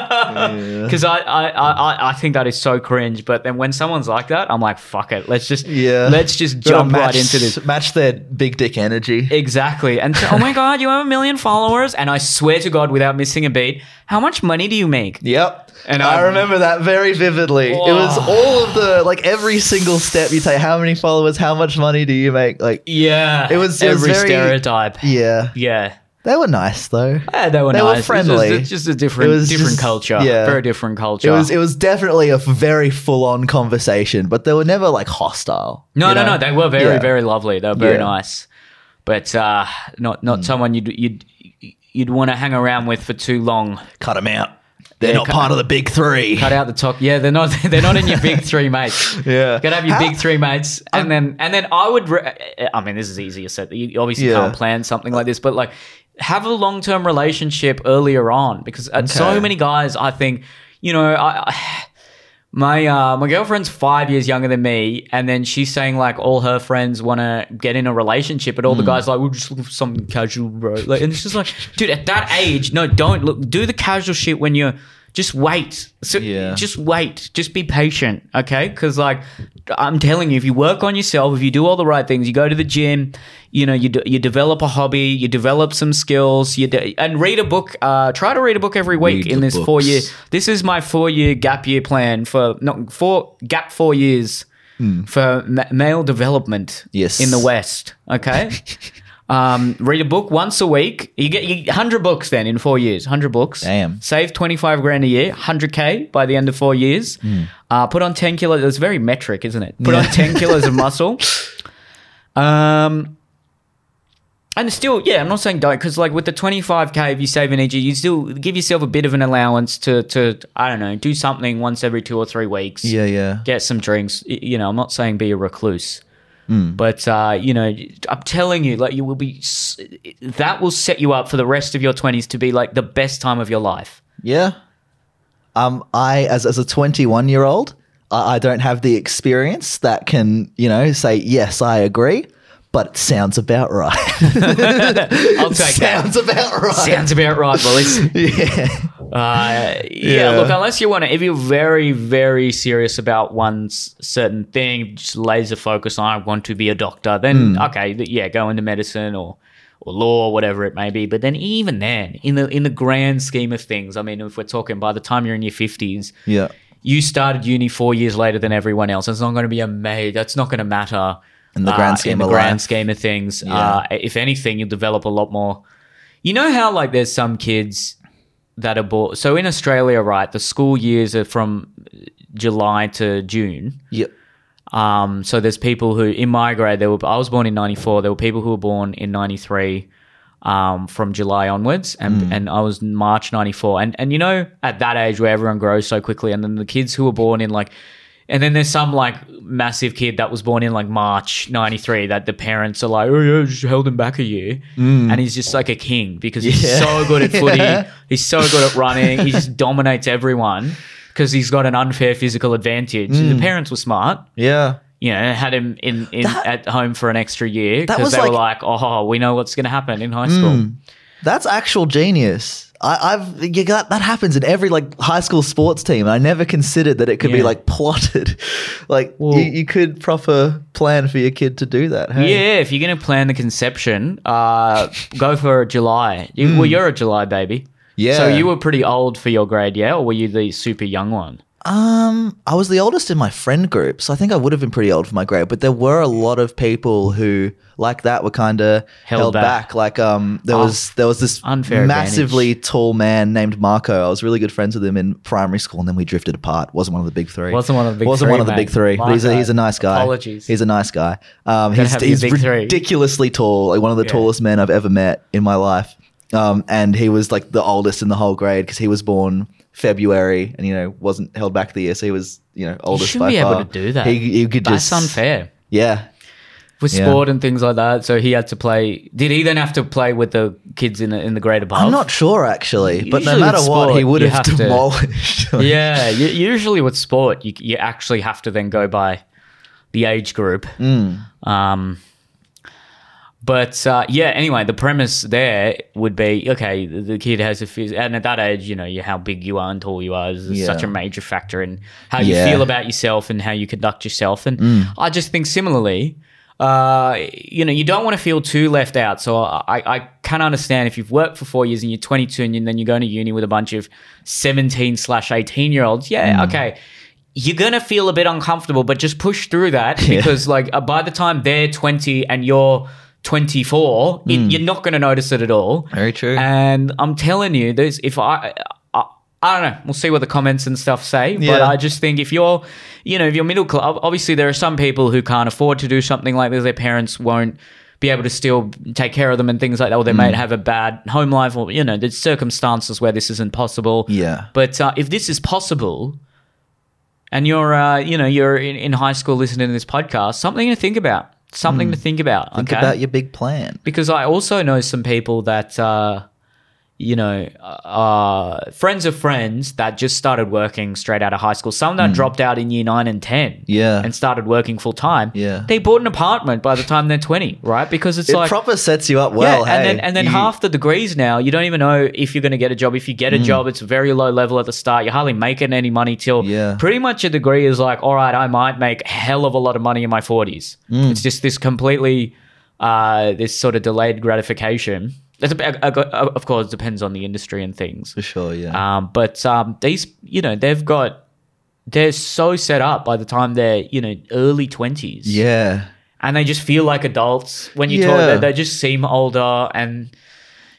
[SPEAKER 1] because I, I, I, I- I think that is so cringe. But then when someone's like that, I'm like, fuck it, let's just
[SPEAKER 2] Yeah.
[SPEAKER 1] let's just
[SPEAKER 2] Gotta
[SPEAKER 1] jump right
[SPEAKER 2] match-
[SPEAKER 1] into this.
[SPEAKER 2] Match their big dick energy.
[SPEAKER 1] Exactly. And so, oh my god, you have a million followers, and I swear to God, without missing a beat, how much money do you make?
[SPEAKER 2] Yep.
[SPEAKER 1] And
[SPEAKER 2] And I
[SPEAKER 1] I'm-
[SPEAKER 2] remember that very vividly. It was
[SPEAKER 1] Woah.
[SPEAKER 2] all of the like every single step you take. How many followers? How much money do you make? Like,
[SPEAKER 1] Yeah,
[SPEAKER 2] It was- it was
[SPEAKER 1] every
[SPEAKER 2] very-
[SPEAKER 1] stereotype.
[SPEAKER 2] yeah,
[SPEAKER 1] Yeah.
[SPEAKER 2] they were nice though.
[SPEAKER 1] Yeah, they were
[SPEAKER 2] They were
[SPEAKER 1] nice. It was
[SPEAKER 2] friendly.
[SPEAKER 1] just- It's just, a different,
[SPEAKER 2] It was
[SPEAKER 1] different
[SPEAKER 2] just-
[SPEAKER 1] culture.
[SPEAKER 2] yeah.
[SPEAKER 1] Very different culture.
[SPEAKER 2] It was it was definitely a very full on conversation, but they were never like hostile.
[SPEAKER 1] no,
[SPEAKER 2] you
[SPEAKER 1] no,
[SPEAKER 2] know?
[SPEAKER 1] no. They were very,
[SPEAKER 2] Yeah.
[SPEAKER 1] very lovely. They were very
[SPEAKER 2] Yeah. Hmm.
[SPEAKER 1] nice, but uh, not not someone you'd you'd you'd want to hang around with for too long.
[SPEAKER 2] Cut them out. They're not
[SPEAKER 1] cut-
[SPEAKER 2] part of the big three.
[SPEAKER 1] Cut out the talk. Yeah, they're not they're not in your big three mates.
[SPEAKER 2] Yeah.
[SPEAKER 1] You gotta have your
[SPEAKER 2] How-
[SPEAKER 1] big three mates, and then and then I would. Re- I mean, this is easier said. You obviously
[SPEAKER 2] Yeah.
[SPEAKER 1] can't plan something like this, but like have a long term relationship earlier on because uh, so
[SPEAKER 2] Okay.
[SPEAKER 1] many guys, I think, you know, I. I my uh, my girlfriend's five years younger than me, and then she's saying like all her friends want to get in a relationship, but all
[SPEAKER 2] Hmm.
[SPEAKER 1] the guys are like we'll just look for something casual, bro. Like, and it's just like, dude, at that age, no, don't look. Do the casual shit when you're just wait. So
[SPEAKER 2] Yeah.
[SPEAKER 1] just wait. Just be patient, okay? Because like I'm telling you, if you work on yourself, if you do all the right things, you go to the gym, you know, you d you develop a hobby, you develop some skills, you de- and read a book. Uh, try to read a book every week
[SPEAKER 2] Read
[SPEAKER 1] in
[SPEAKER 2] the
[SPEAKER 1] this four
[SPEAKER 2] books.
[SPEAKER 1] year. This is my four year gap year plan for not four gap four years for ma- male development.
[SPEAKER 2] Hmm. Yes.
[SPEAKER 1] in the West. Okay. Um, read a book once a week. You get you, 100 books then in four years. 100 books.
[SPEAKER 2] Damn.
[SPEAKER 1] Save 25 grand a year, 100K by the end of four years.
[SPEAKER 2] Hmm.
[SPEAKER 1] Uh, put on 10 kilos. It's very metric, isn't it? Put on 10 kilos of muscle. Um, and still, yeah, I'm not saying don't because like with the 25k, if you save an EG, you still give yourself a bit of an allowance to to I don't know, do something once every two or three weeks
[SPEAKER 2] Yeah, yeah.
[SPEAKER 1] get some drinks. Y- You know, I'm not saying be a recluse, but uh, you know, I'm telling you, like you will be. s- That will set you up for the rest of your 20s to be like the best time of your life.
[SPEAKER 2] Yeah. Um, I as as a 21 year old, I, I don't have the experience that can you know say yes, I agree, but it sounds about right.
[SPEAKER 1] I'll take that.
[SPEAKER 2] sounds about right.
[SPEAKER 1] Sounds about right, Willis.
[SPEAKER 2] yeah.
[SPEAKER 1] Uh, yeah,
[SPEAKER 2] Yeah.
[SPEAKER 1] look, unless you want to, if you're very, very serious about one s- certain thing, just laser focus on, I want to be a doctor, then okay, th- yeah, go into medicine or, or law, or whatever it may be. But then even then, in the in the grand scheme of things, I mean, if we're talking by the time you're in your 50s,
[SPEAKER 2] Yeah.
[SPEAKER 1] you started uni four years later than everyone else. It's not going to be a ma That's not going to matter
[SPEAKER 2] In the grand
[SPEAKER 1] uh,
[SPEAKER 2] scheme
[SPEAKER 1] in the
[SPEAKER 2] of
[SPEAKER 1] grand
[SPEAKER 2] life.
[SPEAKER 1] scheme of things. Uh, if anything, you'll develop a lot more. You know how like there's some kids that are born. So in Australia, right, the school years are from July to June.
[SPEAKER 2] Yep.
[SPEAKER 1] Um, so there's people who in my grade there were I was born in '94. There were people who were born in '93 um, from July onwards, and and I was March '94. And and you know at that age where everyone grows so quickly, and then the kids who were born in like. And then there's some like massive kid that was born in like March '93 that the parents are like, oh yeah, just held him back a year, and he's just like a king because he's
[SPEAKER 2] Yeah.
[SPEAKER 1] so good at footy,
[SPEAKER 2] Yeah.
[SPEAKER 1] he's so good at running, he just dominates everyone because he's got an unfair physical advantage. The parents were smart,
[SPEAKER 2] Yeah.
[SPEAKER 1] you know, had him in, in
[SPEAKER 2] That-
[SPEAKER 1] at home for an extra year
[SPEAKER 2] That
[SPEAKER 1] because
[SPEAKER 2] was Mm.
[SPEAKER 1] they were like, oh, we know what's going to happen in high school.
[SPEAKER 2] That's actual genius. I, I've you got, that happens in every like high school sports team. I never considered that it could be
[SPEAKER 1] Yeah.
[SPEAKER 2] like plotted. like
[SPEAKER 1] Well-
[SPEAKER 2] you, you could proper plan for your kid to do that.
[SPEAKER 1] Yeah,
[SPEAKER 2] Hey?
[SPEAKER 1] if you're going to plan the conception, uh, go for a July. You, Well, you're a July baby.
[SPEAKER 2] Mm. Yeah.
[SPEAKER 1] So you were pretty old for your grade, yeah? Or were you the super young one?
[SPEAKER 2] Um, I was the oldest in my friend group, so I think I would have been pretty old for my grade. But there were a lot of people who, like that, were kind of
[SPEAKER 1] Held
[SPEAKER 2] held,
[SPEAKER 1] back.
[SPEAKER 2] back. Like, um, there
[SPEAKER 1] Oh,
[SPEAKER 2] was there was this
[SPEAKER 1] unfair
[SPEAKER 2] massively tall man named Marco. I was really good friends with him in primary school, and then we drifted apart. wasn't one of the big three.
[SPEAKER 1] Wasn't one of the big
[SPEAKER 2] wasn't
[SPEAKER 1] three,
[SPEAKER 2] one of the
[SPEAKER 1] mate.
[SPEAKER 2] big three. But he's a,
[SPEAKER 1] Marco,
[SPEAKER 2] he's a nice guy.
[SPEAKER 1] apologies.
[SPEAKER 2] He's a nice guy. Um, he's
[SPEAKER 1] have your
[SPEAKER 2] he's
[SPEAKER 1] big three.
[SPEAKER 2] ridiculously tall, like one of the
[SPEAKER 1] Yeah.
[SPEAKER 2] tallest men I've ever met in my life. Um, and he was like the oldest in the whole grade because he was born February and you know wasn't held back the year, so he was you know
[SPEAKER 1] You
[SPEAKER 2] oldest
[SPEAKER 1] shouldn't
[SPEAKER 2] by
[SPEAKER 1] be
[SPEAKER 2] far.
[SPEAKER 1] able to do that.
[SPEAKER 2] He, he could
[SPEAKER 1] That's
[SPEAKER 2] just
[SPEAKER 1] unfair.
[SPEAKER 2] Yeah,
[SPEAKER 1] With
[SPEAKER 2] Yeah.
[SPEAKER 1] sport and things like that, so he had to play. Did he then have to play with the kids in the, in the grade above?
[SPEAKER 2] I'm not sure actually, but
[SPEAKER 1] Usually
[SPEAKER 2] no matter
[SPEAKER 1] with
[SPEAKER 2] what, he
[SPEAKER 1] sport,
[SPEAKER 2] would
[SPEAKER 1] you
[SPEAKER 2] have
[SPEAKER 1] have to-
[SPEAKER 2] demolished.
[SPEAKER 1] yeah, u- usually with sport, you, you actually
[SPEAKER 2] Mm.
[SPEAKER 1] have to then go by the age group. Um, But uh, yeah, anyway, the premise there would be okay. The, the kid has a phys- and at that age, you know, you, how big you are and tall you are is
[SPEAKER 2] Yeah.
[SPEAKER 1] such a major factor in how
[SPEAKER 2] Yeah.
[SPEAKER 1] you feel about yourself and how you conduct yourself. And I just think similarly, uh, you know, you don't want to feel too left out. So I, I can understand if you've worked for four years and you're 22 and then you're going to uni with a bunch of 17 slash 18 year olds. Yeah, okay. You're going to feel a bit uncomfortable, but just push through that because, like, uh, by the time they're 20 and you're 24, it, you're not going to notice it at all.
[SPEAKER 2] Very true.
[SPEAKER 1] And I'm telling you, there's if I, I, I don't know. We'll see what the comments and stuff say. But
[SPEAKER 2] Yeah.
[SPEAKER 1] I just think if you're, you know, if you're middle class, obviously there are some people who can't afford to do something like this. Their parents won't be able to still take care of them and things like that. Or they
[SPEAKER 2] Mm.
[SPEAKER 1] might have a bad home life, or you know, there's circumstances where this isn't possible.
[SPEAKER 2] Yeah.
[SPEAKER 1] But uh, if this is possible, and you're, uh, you know, you're in, in high school listening to this podcast, something to think about. Something to think about.
[SPEAKER 2] Mm. Think
[SPEAKER 1] okay?
[SPEAKER 2] about your big plan.
[SPEAKER 1] because I also know some people that uh, you know uh, friends of friends that just started working straight out of high school. Some that dropped out in year nine and ten,
[SPEAKER 2] Hmm. Yeah.
[SPEAKER 1] and started working full time.
[SPEAKER 2] Yeah.
[SPEAKER 1] they bought an apartment by the time they're twenty, right? Because it's
[SPEAKER 2] It
[SPEAKER 1] like.
[SPEAKER 2] proper sets you up well.
[SPEAKER 1] yeah, and
[SPEAKER 2] hey.
[SPEAKER 1] then and then
[SPEAKER 2] You-
[SPEAKER 1] half the degrees now you don't even know if you're going to get a job. If you get a
[SPEAKER 2] Hmm.
[SPEAKER 1] job, it's very low level at the start. You're hardly making any money till
[SPEAKER 2] Yeah.
[SPEAKER 1] pretty much a degree is like, all right, I might make a hell of a lot of money in my 40s.
[SPEAKER 2] Hmm.
[SPEAKER 1] It's just this completely, uh, this sort of delayed gratification. It's a, a- a- uh, of course, depends on the industry and things.
[SPEAKER 2] for sure. Yeah.
[SPEAKER 1] Um, but um, these, you know, they've got, they're so set up by the time they're, you know, early 20s.
[SPEAKER 2] yeah.
[SPEAKER 1] And they just feel like adults when you talk.
[SPEAKER 2] Yeah.
[SPEAKER 1] They, they just seem older and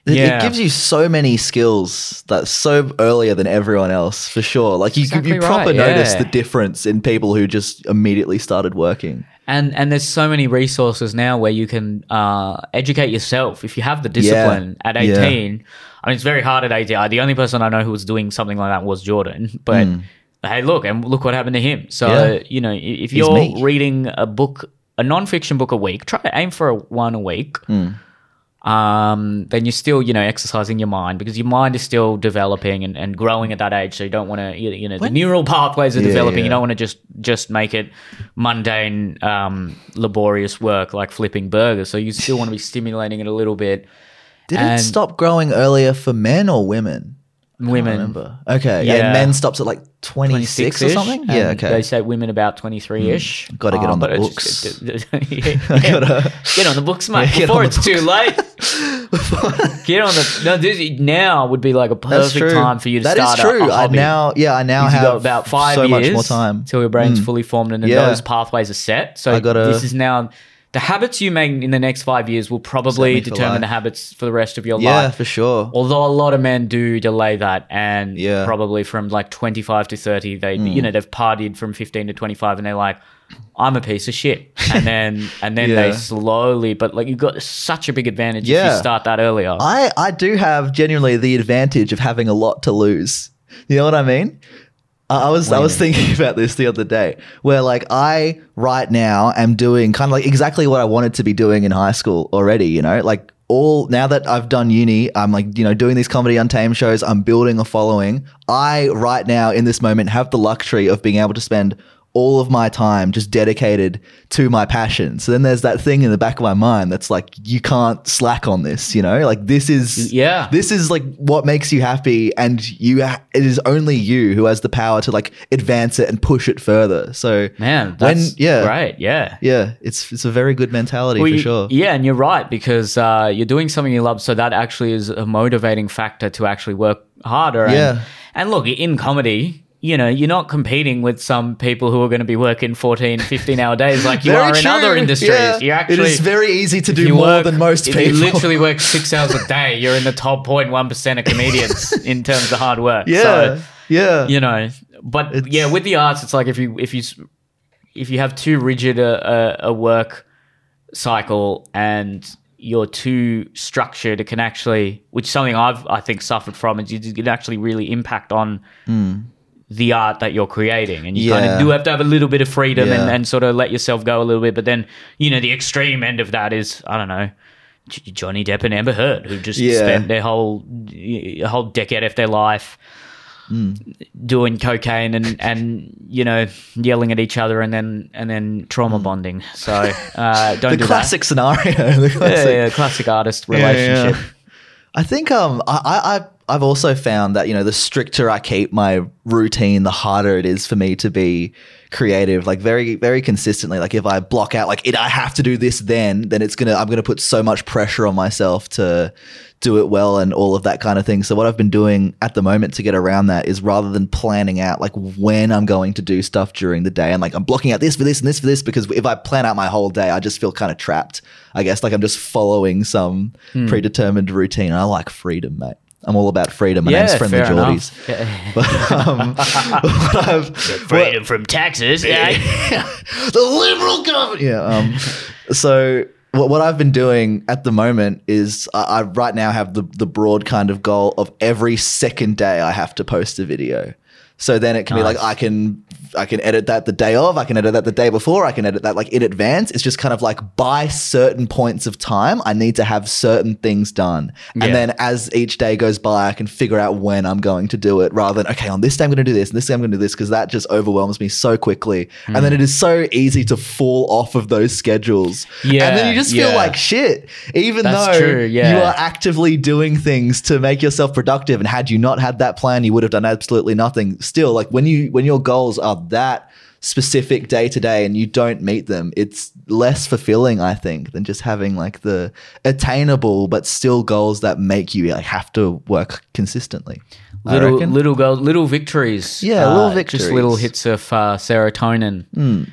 [SPEAKER 2] It,
[SPEAKER 1] Yeah.
[SPEAKER 2] it gives you so many skills that's so earlier than everyone else, for sure. Like you,
[SPEAKER 1] Exactly
[SPEAKER 2] you proper
[SPEAKER 1] right,
[SPEAKER 2] notice
[SPEAKER 1] yeah.
[SPEAKER 2] the difference in people who just immediately started working.
[SPEAKER 1] and and there's so many resources now where you can uh, educate yourself if you have the discipline at
[SPEAKER 2] Yeah.
[SPEAKER 1] 18 i mean it's very hard at 18 the only person i know who was doing something like that was jordan but hey look and look what happened to him so
[SPEAKER 2] Hmm. Yeah.
[SPEAKER 1] you know i- if you're
[SPEAKER 2] me.
[SPEAKER 1] reading a book a non-fiction book a week try to aim for a one a week um, then you're still, you know, exercising your mind because your mind is still developing and, and growing at that age. So you don't want to, you, you know, the neural pathways are developing.
[SPEAKER 2] yeah.
[SPEAKER 1] You don't want to just just make it mundane, um, laborious work like flipping burgers. So you still want to be stimulating it a little bit.
[SPEAKER 2] Did
[SPEAKER 1] And-
[SPEAKER 2] it stop growing earlier for men or women? I
[SPEAKER 1] Women,
[SPEAKER 2] remember. Okay. Yeah.
[SPEAKER 1] Yeah.
[SPEAKER 2] men stops at like 26 or
[SPEAKER 1] 26-ish,
[SPEAKER 2] something? Yeah.
[SPEAKER 1] and
[SPEAKER 2] Okay. Mm.
[SPEAKER 1] They say women about Oh, 23 ish.
[SPEAKER 2] Gotta get on the
[SPEAKER 1] gotta, get on the books, mate,
[SPEAKER 2] Yeah, get
[SPEAKER 1] before
[SPEAKER 2] on the
[SPEAKER 1] it's too late. get on the. No, this, now would be like a perfect time for you to
[SPEAKER 2] That is
[SPEAKER 1] start. a-
[SPEAKER 2] true.
[SPEAKER 1] A,
[SPEAKER 2] I
[SPEAKER 1] hobby.
[SPEAKER 2] now, yeah, I now
[SPEAKER 1] You've
[SPEAKER 2] have
[SPEAKER 1] got about five
[SPEAKER 2] so
[SPEAKER 1] years
[SPEAKER 2] much more time. Mm.
[SPEAKER 1] till your brain's fully formed and then
[SPEAKER 2] Yeah.
[SPEAKER 1] those pathways are set. So
[SPEAKER 2] I gotta-
[SPEAKER 1] this is now the habits you make in the next five years will probably
[SPEAKER 2] Set me for
[SPEAKER 1] determine
[SPEAKER 2] life.
[SPEAKER 1] the habits for the rest of your
[SPEAKER 2] Yeah,
[SPEAKER 1] life.
[SPEAKER 2] for sure.
[SPEAKER 1] Although a lot of men do delay that, and
[SPEAKER 2] Yeah. Hmm.
[SPEAKER 1] probably from like twenty five to thirty, they you know they've partied from fifteen to twenty five, and they're like, "I'm a piece of shit," and then and then they
[SPEAKER 2] Yeah.
[SPEAKER 1] slowly, but like you've got such a big advantage if
[SPEAKER 2] Yeah.
[SPEAKER 1] you start that earlier.
[SPEAKER 2] I, I do have genuinely the advantage of having a lot to lose. You know what I mean? I I was I was thinking about this the other day, where like I right now am doing kind of like exactly what I wanted to be doing in high school already. You know, like all now that I've done uni, I'm like you know doing these comedy untamed shows. I'm building a following. I right now in this moment have the luxury of being able to spend all of my time just dedicated to my passion. So then there's that thing in the back of my mind that's like you can't slack on this. You know, like this is
[SPEAKER 1] Yeah.
[SPEAKER 2] this is like what makes you happy and you ha- it is only you who has the power to like advance it and push it further so
[SPEAKER 1] Man, that's
[SPEAKER 2] yeah
[SPEAKER 1] right, yeah.
[SPEAKER 2] yeah it's it's a very good mentality
[SPEAKER 1] Well,
[SPEAKER 2] for
[SPEAKER 1] you-
[SPEAKER 2] sure
[SPEAKER 1] Yeah, and you're right because uh, you're doing something you love, so that actually is a motivating factor to actually work harder. and-
[SPEAKER 2] Yeah.
[SPEAKER 1] And, look, in comedy, you know, you're not competing with some people who are going to be working 14, 15 hour days like you
[SPEAKER 2] Very
[SPEAKER 1] are in
[SPEAKER 2] true.
[SPEAKER 1] other industries.
[SPEAKER 2] Yeah.
[SPEAKER 1] You're actually.
[SPEAKER 2] it is very easy to
[SPEAKER 1] if
[SPEAKER 2] do
[SPEAKER 1] you
[SPEAKER 2] more
[SPEAKER 1] work-
[SPEAKER 2] than most
[SPEAKER 1] if
[SPEAKER 2] people
[SPEAKER 1] You literally work six hours a day. You're in the top 0.1% of comedians in terms of hard work.
[SPEAKER 2] yeah
[SPEAKER 1] So,
[SPEAKER 2] yeah
[SPEAKER 1] you know but
[SPEAKER 2] It's-
[SPEAKER 1] yeah with the arts it's like if you if you s- if you have too rigid a, a, a work cycle and you're too structured it can actually which is something i've i think suffered from is it can actually really impact on the art that you're creating and you kind
[SPEAKER 2] Hmm. Yeah.
[SPEAKER 1] of do have to have a little bit of freedom and,
[SPEAKER 2] Yeah.
[SPEAKER 1] and sort of let yourself go a little bit but then you know the extreme end of that is i don't know J- Johnny Depp and Amber Heard, who just
[SPEAKER 2] Yeah.
[SPEAKER 1] spent their whole a whole decade of their life doing cocaine and and you know yelling at each other and then and then trauma bonding. So uh, don't
[SPEAKER 2] Hmm. The
[SPEAKER 1] do
[SPEAKER 2] classic scenario. The
[SPEAKER 1] that. Yeah,
[SPEAKER 2] classic.
[SPEAKER 1] yeah, classic artist
[SPEAKER 2] Yeah, yeah.
[SPEAKER 1] relationship.
[SPEAKER 2] I think um I, I I've- I've also found that you know the stricter I keep my routine, the harder it is for me to be creative. Like very very consistently. Like if I block out like it, I have to do this then, then it's gonna I'm gonna put so much pressure on myself to do it well and all of that kind of thing. So what I've been doing at the moment to get around that is rather than planning out like when I'm going to do stuff during the day and like I'm blocking out this for this and this for this because if I plan out my whole day, I just feel kind of trapped. I guess like I'm just following some
[SPEAKER 1] Hmm.
[SPEAKER 2] predetermined routine. And I like freedom, mate. I'm all about freedom. My name's Friendly
[SPEAKER 1] fair enough.
[SPEAKER 2] Geordies. But, um, what I've-
[SPEAKER 1] Freedom from taxes. eh? Yeah.
[SPEAKER 2] the liberal government. Yeah. Um, so what, what I've been doing at the moment is I, I right now have the the broad kind of goal of every second day I have to post a video. So then it can be like I can I can edit that the day of, I can edit that the day before, I can edit that like in advance. It's just kind of like by certain points of time, I need to have certain things done.
[SPEAKER 1] Yeah.
[SPEAKER 2] And then as each day goes by, I can figure out when I'm going to do it rather than, okay, on this day I'm going to do this, and this day I'm going to do this, because that just overwhelms me so quickly. And
[SPEAKER 1] Hmm.
[SPEAKER 2] then it is so easy to fall off of those schedules. And
[SPEAKER 1] Yeah,
[SPEAKER 2] then you just feel
[SPEAKER 1] yeah.
[SPEAKER 2] like shit, even
[SPEAKER 1] That's
[SPEAKER 2] though
[SPEAKER 1] true, yeah.
[SPEAKER 2] you are actively doing things to make yourself productive. And had you not had that plan, you would have done absolutely nothing. Still, like when you when your goals are that specific day to day and you don't meet them, it's less fulfilling, I think, than just having like the attainable but still goals that make you like have to work consistently. I
[SPEAKER 1] Little
[SPEAKER 2] reckon.
[SPEAKER 1] little goals, little victories. Uh,
[SPEAKER 2] Yeah, little
[SPEAKER 1] Just little
[SPEAKER 2] victories. Hmm.
[SPEAKER 1] hits of uh, serotonin. Eh,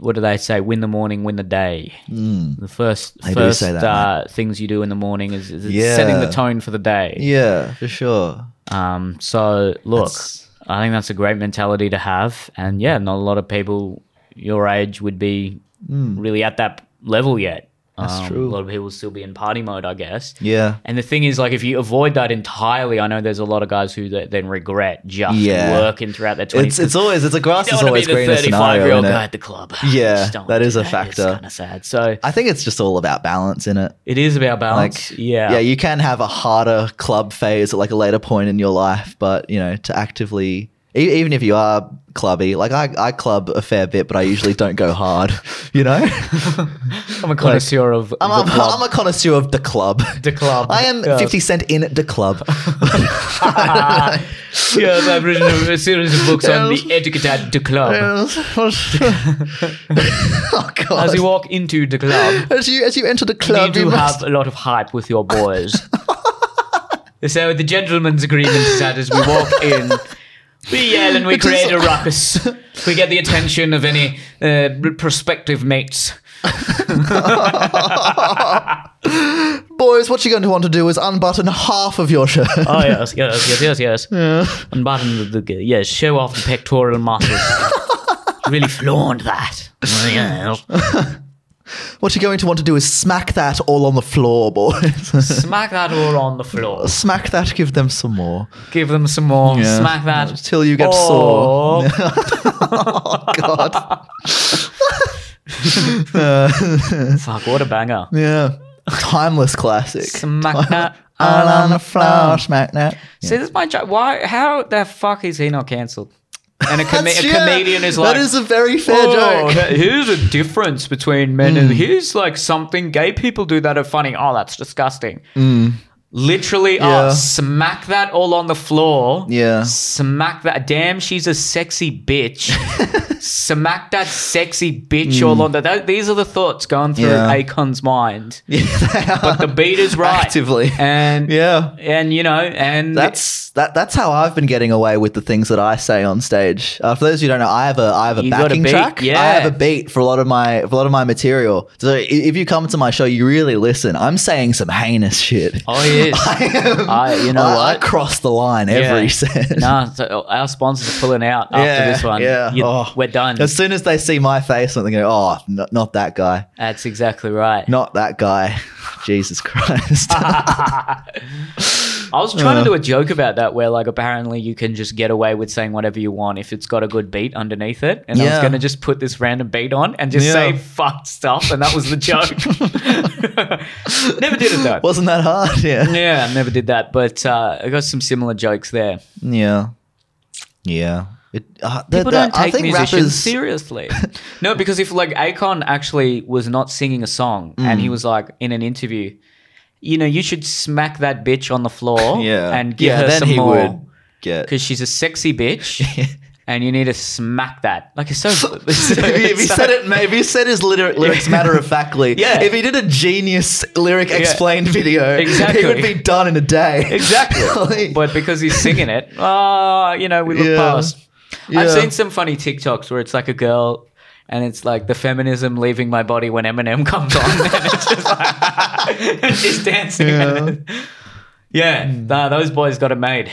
[SPEAKER 1] What do they say? Win the morning, win the day. The first
[SPEAKER 2] Hmm. They do
[SPEAKER 1] first
[SPEAKER 2] say that,
[SPEAKER 1] uh, things you do in the morning is, is it's
[SPEAKER 2] Yeah.
[SPEAKER 1] setting the tone for the day.
[SPEAKER 2] yeah, for sure.
[SPEAKER 1] Um, so look,
[SPEAKER 2] That's-
[SPEAKER 1] I think that's a great mentality to have, and yeah, not a lot of people your age would be really at that level yet. That's
[SPEAKER 2] Hmm. true.
[SPEAKER 1] A lot of people will still be in party mode, I guess.
[SPEAKER 2] Yeah.
[SPEAKER 1] And the thing is, like, if you avoid that entirely, I know there's a lot of guys who th- then regret just
[SPEAKER 2] Yeah.
[SPEAKER 1] working throughout their twenties.
[SPEAKER 2] It's it's always it's a grass
[SPEAKER 1] don't
[SPEAKER 2] is
[SPEAKER 1] want
[SPEAKER 2] always
[SPEAKER 1] to be
[SPEAKER 2] green
[SPEAKER 1] the
[SPEAKER 2] scenario.
[SPEAKER 1] thirty-five-year-old
[SPEAKER 2] innit?
[SPEAKER 1] guy at the club.
[SPEAKER 2] Yeah,
[SPEAKER 1] Just don't
[SPEAKER 2] that
[SPEAKER 1] do
[SPEAKER 2] is a factor.
[SPEAKER 1] It's kind of sad. So
[SPEAKER 2] I think it's just all about balance in it.
[SPEAKER 1] it is about balance.
[SPEAKER 2] like
[SPEAKER 1] yeah,
[SPEAKER 2] yeah you can have a harder club phase at like a later point in your life but you know to actively e- even if you are clubby like i, I club a fair bit but i usually don't go hard you know
[SPEAKER 1] I'm a connoisseur of
[SPEAKER 2] I'm,
[SPEAKER 1] the
[SPEAKER 2] a,
[SPEAKER 1] club.
[SPEAKER 2] I'm a connoisseur of the club
[SPEAKER 1] The club.
[SPEAKER 2] i am
[SPEAKER 1] Yeah.
[SPEAKER 2] 50 cent in the club
[SPEAKER 1] yeah, I've written a, a series of books on the etiquette de club.
[SPEAKER 2] oh god
[SPEAKER 1] As you walk into the club,
[SPEAKER 2] as you as you enter the
[SPEAKER 1] you
[SPEAKER 2] club you,
[SPEAKER 1] do
[SPEAKER 2] must
[SPEAKER 1] have a lot of hype with your boys. so the gentleman's agreement is that as we walk in, we yell and we
[SPEAKER 2] It is-
[SPEAKER 1] create a ruckus. We get the attention of any uh, prospective mates.
[SPEAKER 2] boys what you're going to want to do is unbutton half of your shirt
[SPEAKER 1] Oh yes, yes, yes, yes, yes. Unbutton the, the yes, show off the pectoral muscles. really flaunt that. Yes.
[SPEAKER 2] what you're going to want to do is smack that all on the floor boys
[SPEAKER 1] Smack that all on the floor.
[SPEAKER 2] smack that, give them some more
[SPEAKER 1] Give them some more.
[SPEAKER 2] Yeah.
[SPEAKER 1] Smack that
[SPEAKER 2] till you get
[SPEAKER 1] Oh.
[SPEAKER 2] sore. oh God! Uh,
[SPEAKER 1] Fuck, what a banger.
[SPEAKER 2] yeah, timeless classic.
[SPEAKER 1] Smack that
[SPEAKER 2] All on the floor, smack that.
[SPEAKER 1] See, this is my job. Why? How the fuck is he not cancelled? And a, com- a
[SPEAKER 2] That's- yeah,
[SPEAKER 1] comedian is like,
[SPEAKER 2] that is a very fair
[SPEAKER 1] "Oh,
[SPEAKER 2] joke. Hmm.
[SPEAKER 1] that- here's a difference between men and here's like something gay people do that are funny. Oh, that's disgusting. Literally,
[SPEAKER 2] Hmm. Yeah.
[SPEAKER 1] oh, smack that all on the floor.
[SPEAKER 2] Yeah.
[SPEAKER 1] Smack that. Damn, she's a sexy bitch. smack that sexy bitch all on the. That, these are the thoughts going through
[SPEAKER 2] Hmm. Yeah.
[SPEAKER 1] Akon's mind.
[SPEAKER 2] Yeah,
[SPEAKER 1] But the beat is right.
[SPEAKER 2] Actively.
[SPEAKER 1] And
[SPEAKER 2] yeah.
[SPEAKER 1] and you know, and
[SPEAKER 2] That's that. That's how I've been getting away with the things that I say on stage. Uh, for those who don't know, I have a I have a
[SPEAKER 1] You got a
[SPEAKER 2] backing
[SPEAKER 1] beat,
[SPEAKER 2] track.
[SPEAKER 1] yeah.
[SPEAKER 2] I have a beat for a lot of my for a lot of my material. So i- if you come to my show, you really listen. I'm saying some heinous shit.
[SPEAKER 1] oh yes, I, you know
[SPEAKER 2] I, I
[SPEAKER 1] what?
[SPEAKER 2] cross the line every set.
[SPEAKER 1] Nah, so our sponsors are pulling out after
[SPEAKER 2] Yeah,
[SPEAKER 1] this one.
[SPEAKER 2] yeah.
[SPEAKER 1] You-
[SPEAKER 2] Oh.
[SPEAKER 1] we're done.
[SPEAKER 2] As
[SPEAKER 1] That's,
[SPEAKER 2] soon as they see my face, they go, "Oh, not, not that guy,
[SPEAKER 1] exactly right.
[SPEAKER 2] not that guy." Jesus Christ!
[SPEAKER 1] I was trying to
[SPEAKER 2] uh,
[SPEAKER 1] do a joke about that where like apparently you can just get away with saying whatever you want if it's got a good beat underneath it. And I was
[SPEAKER 2] Yeah.
[SPEAKER 1] gonna just put this random beat on and just
[SPEAKER 2] Yeah.
[SPEAKER 1] say fucked stuff and that was the joke. never did it though.
[SPEAKER 2] Wasn't that hard? Yeah.
[SPEAKER 1] yeah, never did that. But uh, I got some similar jokes there.
[SPEAKER 2] Yeah. Yeah. It, uh, the-
[SPEAKER 1] People
[SPEAKER 2] the-
[SPEAKER 1] don't take
[SPEAKER 2] I think
[SPEAKER 1] musicians
[SPEAKER 2] rappers.
[SPEAKER 1] seriously. no, because if like Akon actually was not singing a song and
[SPEAKER 2] Mm.
[SPEAKER 1] he was like in an interview, you know, you should smack that bitch on the floor
[SPEAKER 2] Yeah.
[SPEAKER 1] and give
[SPEAKER 2] Yeah,
[SPEAKER 1] her
[SPEAKER 2] then
[SPEAKER 1] some
[SPEAKER 2] he
[SPEAKER 1] more
[SPEAKER 2] would get.
[SPEAKER 1] because she's a sexy bitch. And you need to smack that. Like it's so.
[SPEAKER 2] if, he, if he said it, if he said his lyric, lyrics matter of factly,
[SPEAKER 1] Yeah.
[SPEAKER 2] If he did a genius lyric explained video,
[SPEAKER 1] Exactly.
[SPEAKER 2] he would be done in a day.
[SPEAKER 1] exactly,
[SPEAKER 2] Like-
[SPEAKER 1] but because he's singing it, ah, you know, we look
[SPEAKER 2] Yeah.
[SPEAKER 1] past. I've
[SPEAKER 2] Yeah.
[SPEAKER 1] seen some funny TikToks where it's like a girl and it's like the feminism leaving my body when Eminem comes on. and it's just like, and she's dancing.
[SPEAKER 2] Yeah.
[SPEAKER 1] Yeah, yeah nah, those boys got it made.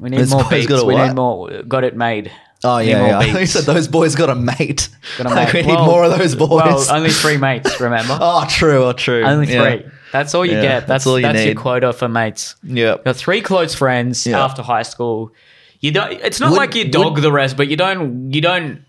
[SPEAKER 1] We need
[SPEAKER 2] Those
[SPEAKER 1] more
[SPEAKER 2] boys
[SPEAKER 1] beats.
[SPEAKER 2] got a
[SPEAKER 1] We need
[SPEAKER 2] what?
[SPEAKER 1] more. Got it made.
[SPEAKER 2] oh
[SPEAKER 1] Need more
[SPEAKER 2] yeah, yeah. He
[SPEAKER 1] beats.
[SPEAKER 2] said those boys got a mate.
[SPEAKER 1] Got a
[SPEAKER 2] Like,
[SPEAKER 1] mate.
[SPEAKER 2] we need
[SPEAKER 1] Well,
[SPEAKER 2] more of those boys.
[SPEAKER 1] Well, only three mates, remember?
[SPEAKER 2] oh, true. Oh, true.
[SPEAKER 1] only three.
[SPEAKER 2] Yeah.
[SPEAKER 1] That's all you
[SPEAKER 2] Yeah,
[SPEAKER 1] get. That's, that's,
[SPEAKER 2] all you
[SPEAKER 1] your
[SPEAKER 2] need.
[SPEAKER 1] quota for mates.
[SPEAKER 2] Yep.
[SPEAKER 1] Got three close friends
[SPEAKER 2] Yeah.
[SPEAKER 1] after high school. You don't. It's not
[SPEAKER 2] Would-
[SPEAKER 1] like you dog the rest, but you don't. You don't.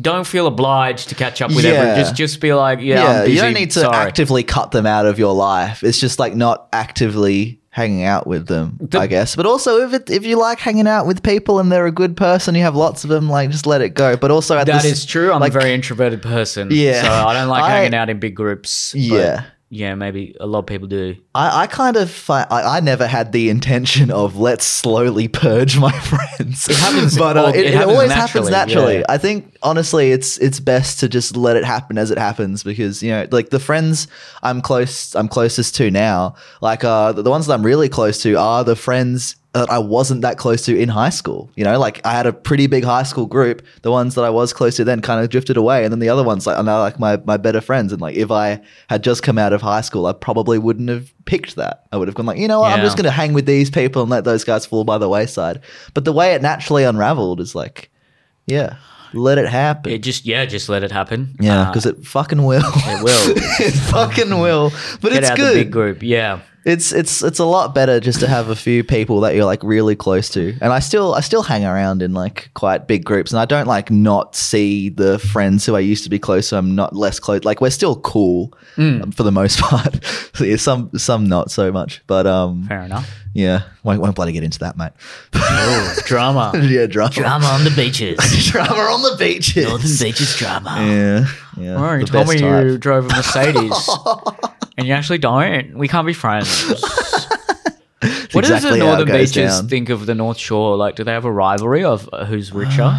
[SPEAKER 1] Don't feel obliged to catch up with
[SPEAKER 2] Yeah.
[SPEAKER 1] everyone. Just just be like, yeah,
[SPEAKER 2] yeah,
[SPEAKER 1] I'm busy.
[SPEAKER 2] you don't need to
[SPEAKER 1] Sorry.
[SPEAKER 2] actively cut them out of your life. It's just like not actively hanging out with them, I guess. But also, if it, if you like hanging out with people and they're a good person, you have lots of them. Like, just let it go. But also, at
[SPEAKER 1] That
[SPEAKER 2] this,
[SPEAKER 1] is true. I'm
[SPEAKER 2] like-
[SPEAKER 1] a very introverted person.
[SPEAKER 2] Yeah.
[SPEAKER 1] So I don't like
[SPEAKER 2] I-
[SPEAKER 1] hanging out in big groups. but
[SPEAKER 2] Yeah.
[SPEAKER 1] Yeah, maybe a lot of people do.
[SPEAKER 2] I, I kind of fi- I, I never had the intention of let's slowly purge my friends. It
[SPEAKER 1] happens-
[SPEAKER 2] but uh,
[SPEAKER 1] well,
[SPEAKER 2] it,
[SPEAKER 1] it
[SPEAKER 2] it
[SPEAKER 1] happens
[SPEAKER 2] always
[SPEAKER 1] naturally,
[SPEAKER 2] happens naturally.
[SPEAKER 1] yeah.
[SPEAKER 2] I think honestly, it's it's best to just let it happen as it happens because you know, like the friends I'm close I'm closest to now, like uh, the, the ones that I'm really close to are the friends that I wasn't that close to in high school. You know, like I had a pretty big high school group. The ones that I was close to then kind of drifted away, and then the other ones like are now like my my better friends. And like if I had just come out of high school, I probably wouldn't have picked that. I would have gone like, you know what, I'm
[SPEAKER 1] Yeah.
[SPEAKER 2] just gonna hang with these people and let those guys fall by the wayside. But the way it naturally unraveled is like, yeah, let it happen.
[SPEAKER 1] It just yeah, just let it happen.
[SPEAKER 2] yeah,
[SPEAKER 1] Uh,
[SPEAKER 2] because it fucking will. It
[SPEAKER 1] will.
[SPEAKER 2] it fucking will. But
[SPEAKER 1] get
[SPEAKER 2] it's
[SPEAKER 1] out
[SPEAKER 2] good.
[SPEAKER 1] of the big group. Yeah.
[SPEAKER 2] It's it's it's a lot better just to have a few people that you're like really close to. And I still I still hang around in like quite big groups and I don't like not see the friends who I used to be close to. I'm not less close. Like we're still cool
[SPEAKER 1] Mm.
[SPEAKER 2] um, for the most part. So, yeah, some some not so much. But um
[SPEAKER 1] Fair enough.
[SPEAKER 2] yeah, won't, won't bloody get into that, mate.
[SPEAKER 1] Oh, drama.
[SPEAKER 2] yeah, drama.
[SPEAKER 1] drama on the beaches.
[SPEAKER 2] Drama on the beaches.
[SPEAKER 1] Northern beaches drama.
[SPEAKER 2] Yeah. Yeah.
[SPEAKER 1] Oh, you
[SPEAKER 2] the
[SPEAKER 1] told me
[SPEAKER 2] best
[SPEAKER 1] you
[SPEAKER 2] type.
[SPEAKER 1] drove a Mercedes, and you actually don't. We can't be friends. what does the
[SPEAKER 2] exactly how it
[SPEAKER 1] Northern
[SPEAKER 2] goes
[SPEAKER 1] Beaches
[SPEAKER 2] down.
[SPEAKER 1] think of the North Shore? Like, do they have a rivalry of uh, who's richer?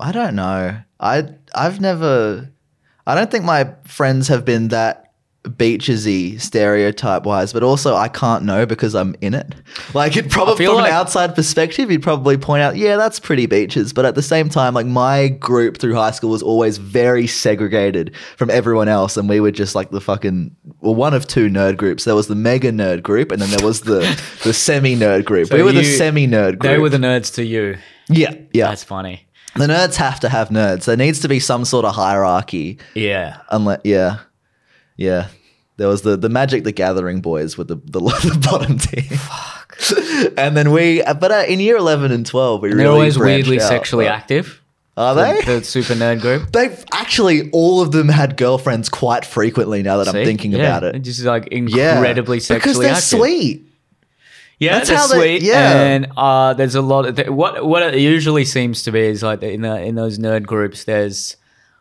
[SPEAKER 2] I don't know. I I've never I don't think my friends have been that beachesy stereotype wise, but also I can't know because I'm in it. Like it probably
[SPEAKER 1] feel
[SPEAKER 2] from
[SPEAKER 1] like-
[SPEAKER 2] an outside perspective, you'd probably point out, yeah, that's pretty beaches. But at the same time, like my group through high school was always very segregated from everyone else, and we were just like the fucking well, one of two nerd groups. There was the mega nerd group, and then there was the the semi nerd group.
[SPEAKER 1] So
[SPEAKER 2] we were the
[SPEAKER 1] you-
[SPEAKER 2] semi nerd group.
[SPEAKER 1] they were the nerds to you.
[SPEAKER 2] yeah, yeah.
[SPEAKER 1] That's funny.
[SPEAKER 2] The nerds have to have nerds. There needs to be some sort of hierarchy.
[SPEAKER 1] Yeah.
[SPEAKER 2] Unless, yeah, yeah. There was the the Magic the Gathering boys with the the, the bottom team. Fuck. and then we, but uh, in year eleven and twelve, we
[SPEAKER 1] They're
[SPEAKER 2] really
[SPEAKER 1] always
[SPEAKER 2] branched
[SPEAKER 1] weirdly
[SPEAKER 2] out.
[SPEAKER 1] sexually active.
[SPEAKER 2] Are
[SPEAKER 1] The,
[SPEAKER 2] they?
[SPEAKER 1] the super nerd group.
[SPEAKER 2] They've actually all of them had girlfriends quite frequently. Now that
[SPEAKER 1] See?
[SPEAKER 2] I'm thinking
[SPEAKER 1] Yeah,
[SPEAKER 2] about it,
[SPEAKER 1] Just like
[SPEAKER 2] yeah,
[SPEAKER 1] incredibly sexually
[SPEAKER 2] because they're
[SPEAKER 1] active.
[SPEAKER 2] sweet.
[SPEAKER 1] Yeah,
[SPEAKER 2] That's
[SPEAKER 1] they're
[SPEAKER 2] how they-
[SPEAKER 1] sweet.
[SPEAKER 2] yeah.
[SPEAKER 1] and uh, there's a lot. Of th- what what it usually seems to be is like in the, in those nerd groups, there's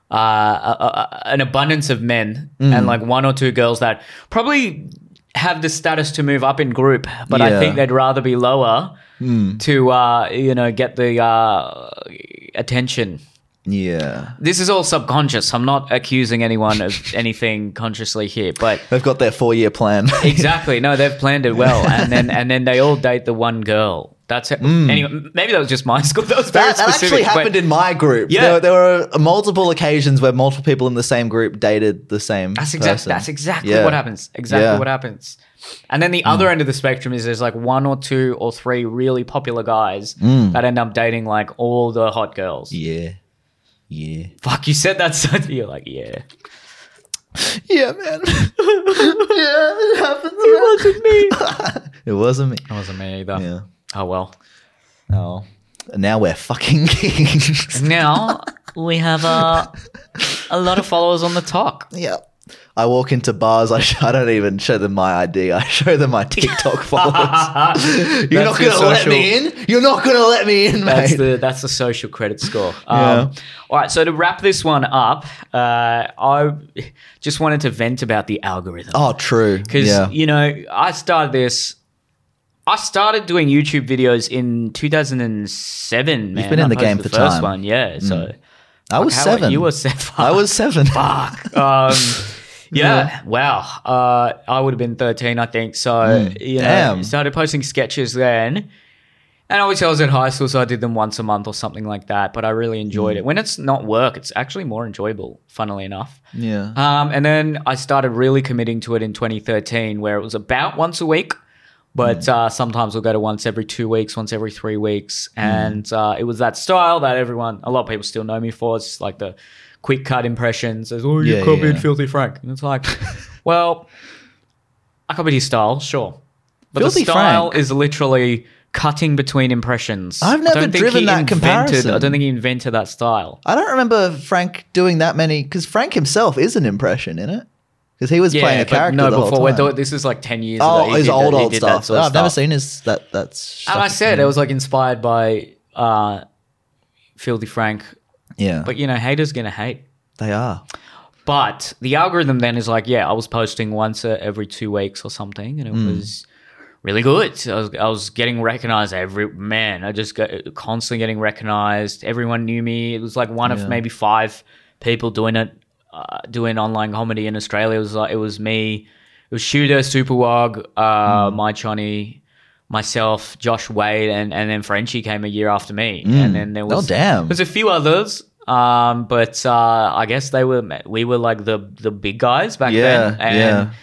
[SPEAKER 1] uh, a, a, a- an abundance of men
[SPEAKER 2] Mm.
[SPEAKER 1] and like one or two girls that probably have the status to move up in group, but I
[SPEAKER 2] Yeah. Mm.
[SPEAKER 1] think they'd rather be lower to uh, you know get the uh, attention.
[SPEAKER 2] Yeah,
[SPEAKER 1] This is all subconscious. I'm not accusing anyone of anything consciously here, but
[SPEAKER 2] they've got their four year plan.
[SPEAKER 1] Exactly. No, they've planned it well, and then and then they all date the one girl. That's it.
[SPEAKER 2] Mm.
[SPEAKER 1] Anyway, m- maybe that was just my school. That was very
[SPEAKER 2] That, that actually
[SPEAKER 1] specific. but-
[SPEAKER 2] happened in my group.
[SPEAKER 1] Yeah.
[SPEAKER 2] There, were- there were multiple occasions where multiple people in the same group dated the same.
[SPEAKER 1] that's exactly
[SPEAKER 2] person.
[SPEAKER 1] that's exactly
[SPEAKER 2] Yeah.
[SPEAKER 1] what happens. Exactly
[SPEAKER 2] Yeah. Mm.
[SPEAKER 1] what happens. And then the other end of the spectrum is there's like one or two or three really popular guys
[SPEAKER 2] Mm.
[SPEAKER 1] that end up dating like all the hot girls.
[SPEAKER 2] Yeah. Yeah.
[SPEAKER 1] Fuck, you said that. So you're like, yeah,
[SPEAKER 2] Yeah, man. yeah, it happens. It wasn't me. It wasn't me.
[SPEAKER 1] It wasn't me either.
[SPEAKER 2] Yeah.
[SPEAKER 1] Oh well.
[SPEAKER 2] Oh. Now we're fucking kings.
[SPEAKER 1] Now we have a a lot of followers on the talk.
[SPEAKER 2] yeah. I walk into bars. I, sh- I don't even show them my ID. I show them my TikTok followers. You're
[SPEAKER 1] That's
[SPEAKER 2] not
[SPEAKER 1] your
[SPEAKER 2] gonna let
[SPEAKER 1] social-
[SPEAKER 2] me in. You're not gonna let me in,
[SPEAKER 1] That's
[SPEAKER 2] mate.
[SPEAKER 1] the that's the social credit score. Um,
[SPEAKER 2] Yeah.
[SPEAKER 1] All right. So to wrap this one up, uh, I just wanted to vent about the algorithm.
[SPEAKER 2] oh, true.
[SPEAKER 1] because
[SPEAKER 2] Yeah.
[SPEAKER 1] you know I started this. I started doing YouTube videos in 2007. Man.
[SPEAKER 2] been in
[SPEAKER 1] I
[SPEAKER 2] the
[SPEAKER 1] posted
[SPEAKER 2] game for
[SPEAKER 1] the first
[SPEAKER 2] time.
[SPEAKER 1] one, yeah. So
[SPEAKER 2] I was
[SPEAKER 1] how-
[SPEAKER 2] seven.
[SPEAKER 1] You were seven.
[SPEAKER 2] I was seven.
[SPEAKER 1] Fuck. Um, yeah. Wow. Uh, I would have been 13, I think. So you know,
[SPEAKER 2] Damn.
[SPEAKER 1] started posting sketches then. And obviously, I was in high school, so I did them once a month or something like that. But I really enjoyed it. When it's not work, it's actually more enjoyable. Funnily enough.
[SPEAKER 2] yeah.
[SPEAKER 1] Um, and then I started really committing to it in 2013, where it was about once a week, but
[SPEAKER 2] Mm.
[SPEAKER 1] uh, sometimes we'll go to once every two weeks, once every three weeks.
[SPEAKER 2] Mm.
[SPEAKER 1] And uh, it was that style that everyone, a lot of people still know me for. It's just like the quick cut impressions. It's, oh, you
[SPEAKER 2] Yeah,
[SPEAKER 1] copied
[SPEAKER 2] yeah.
[SPEAKER 1] Filthy Frank. And it's like, well, I copied his style, sure. But
[SPEAKER 2] Filthy
[SPEAKER 1] the style
[SPEAKER 2] Frank?
[SPEAKER 1] is literally cutting between impressions.
[SPEAKER 2] I've
[SPEAKER 1] I
[SPEAKER 2] never
[SPEAKER 1] don't think
[SPEAKER 2] driven
[SPEAKER 1] he
[SPEAKER 2] that
[SPEAKER 1] invented-
[SPEAKER 2] comparison.
[SPEAKER 1] I don't think he invented that style.
[SPEAKER 2] I don't remember Frank doing that many because Frank himself is an impression in it because he was playing a
[SPEAKER 1] but
[SPEAKER 2] character.
[SPEAKER 1] No,
[SPEAKER 2] the
[SPEAKER 1] before
[SPEAKER 2] whole
[SPEAKER 1] we're
[SPEAKER 2] time.
[SPEAKER 1] doing this is like ten years ago.
[SPEAKER 2] Oh,
[SPEAKER 1] He
[SPEAKER 2] his
[SPEAKER 1] did
[SPEAKER 2] old
[SPEAKER 1] that- he
[SPEAKER 2] old
[SPEAKER 1] did that
[SPEAKER 2] stuff.
[SPEAKER 1] sort of
[SPEAKER 2] I've never
[SPEAKER 1] stuff.
[SPEAKER 2] seen his that that's.
[SPEAKER 1] And I said it was like inspired by uh, Filthy Frank,
[SPEAKER 2] yeah,
[SPEAKER 1] but you know, haters gonna hate.
[SPEAKER 2] they are.
[SPEAKER 1] But the algorithm then is like, yeah, I was posting once uh, every two weeks or something, and it was really good. I was, I was getting recognized every man. I just got constantly getting recognized. Everyone knew me. It was like one of maybe five people doing it, uh, doing online comedy in Australia. It was like it was me, it was Shooter, Superwog, uh, my Johnny, myself, Josh Wade, and and then Frenchie came a year after me, and then there
[SPEAKER 2] Oh,
[SPEAKER 1] was
[SPEAKER 2] damn.
[SPEAKER 1] there's a few others. Um, but uh, I guess they were we were like the the big guys back
[SPEAKER 2] Yeah,
[SPEAKER 1] then, and
[SPEAKER 2] yeah.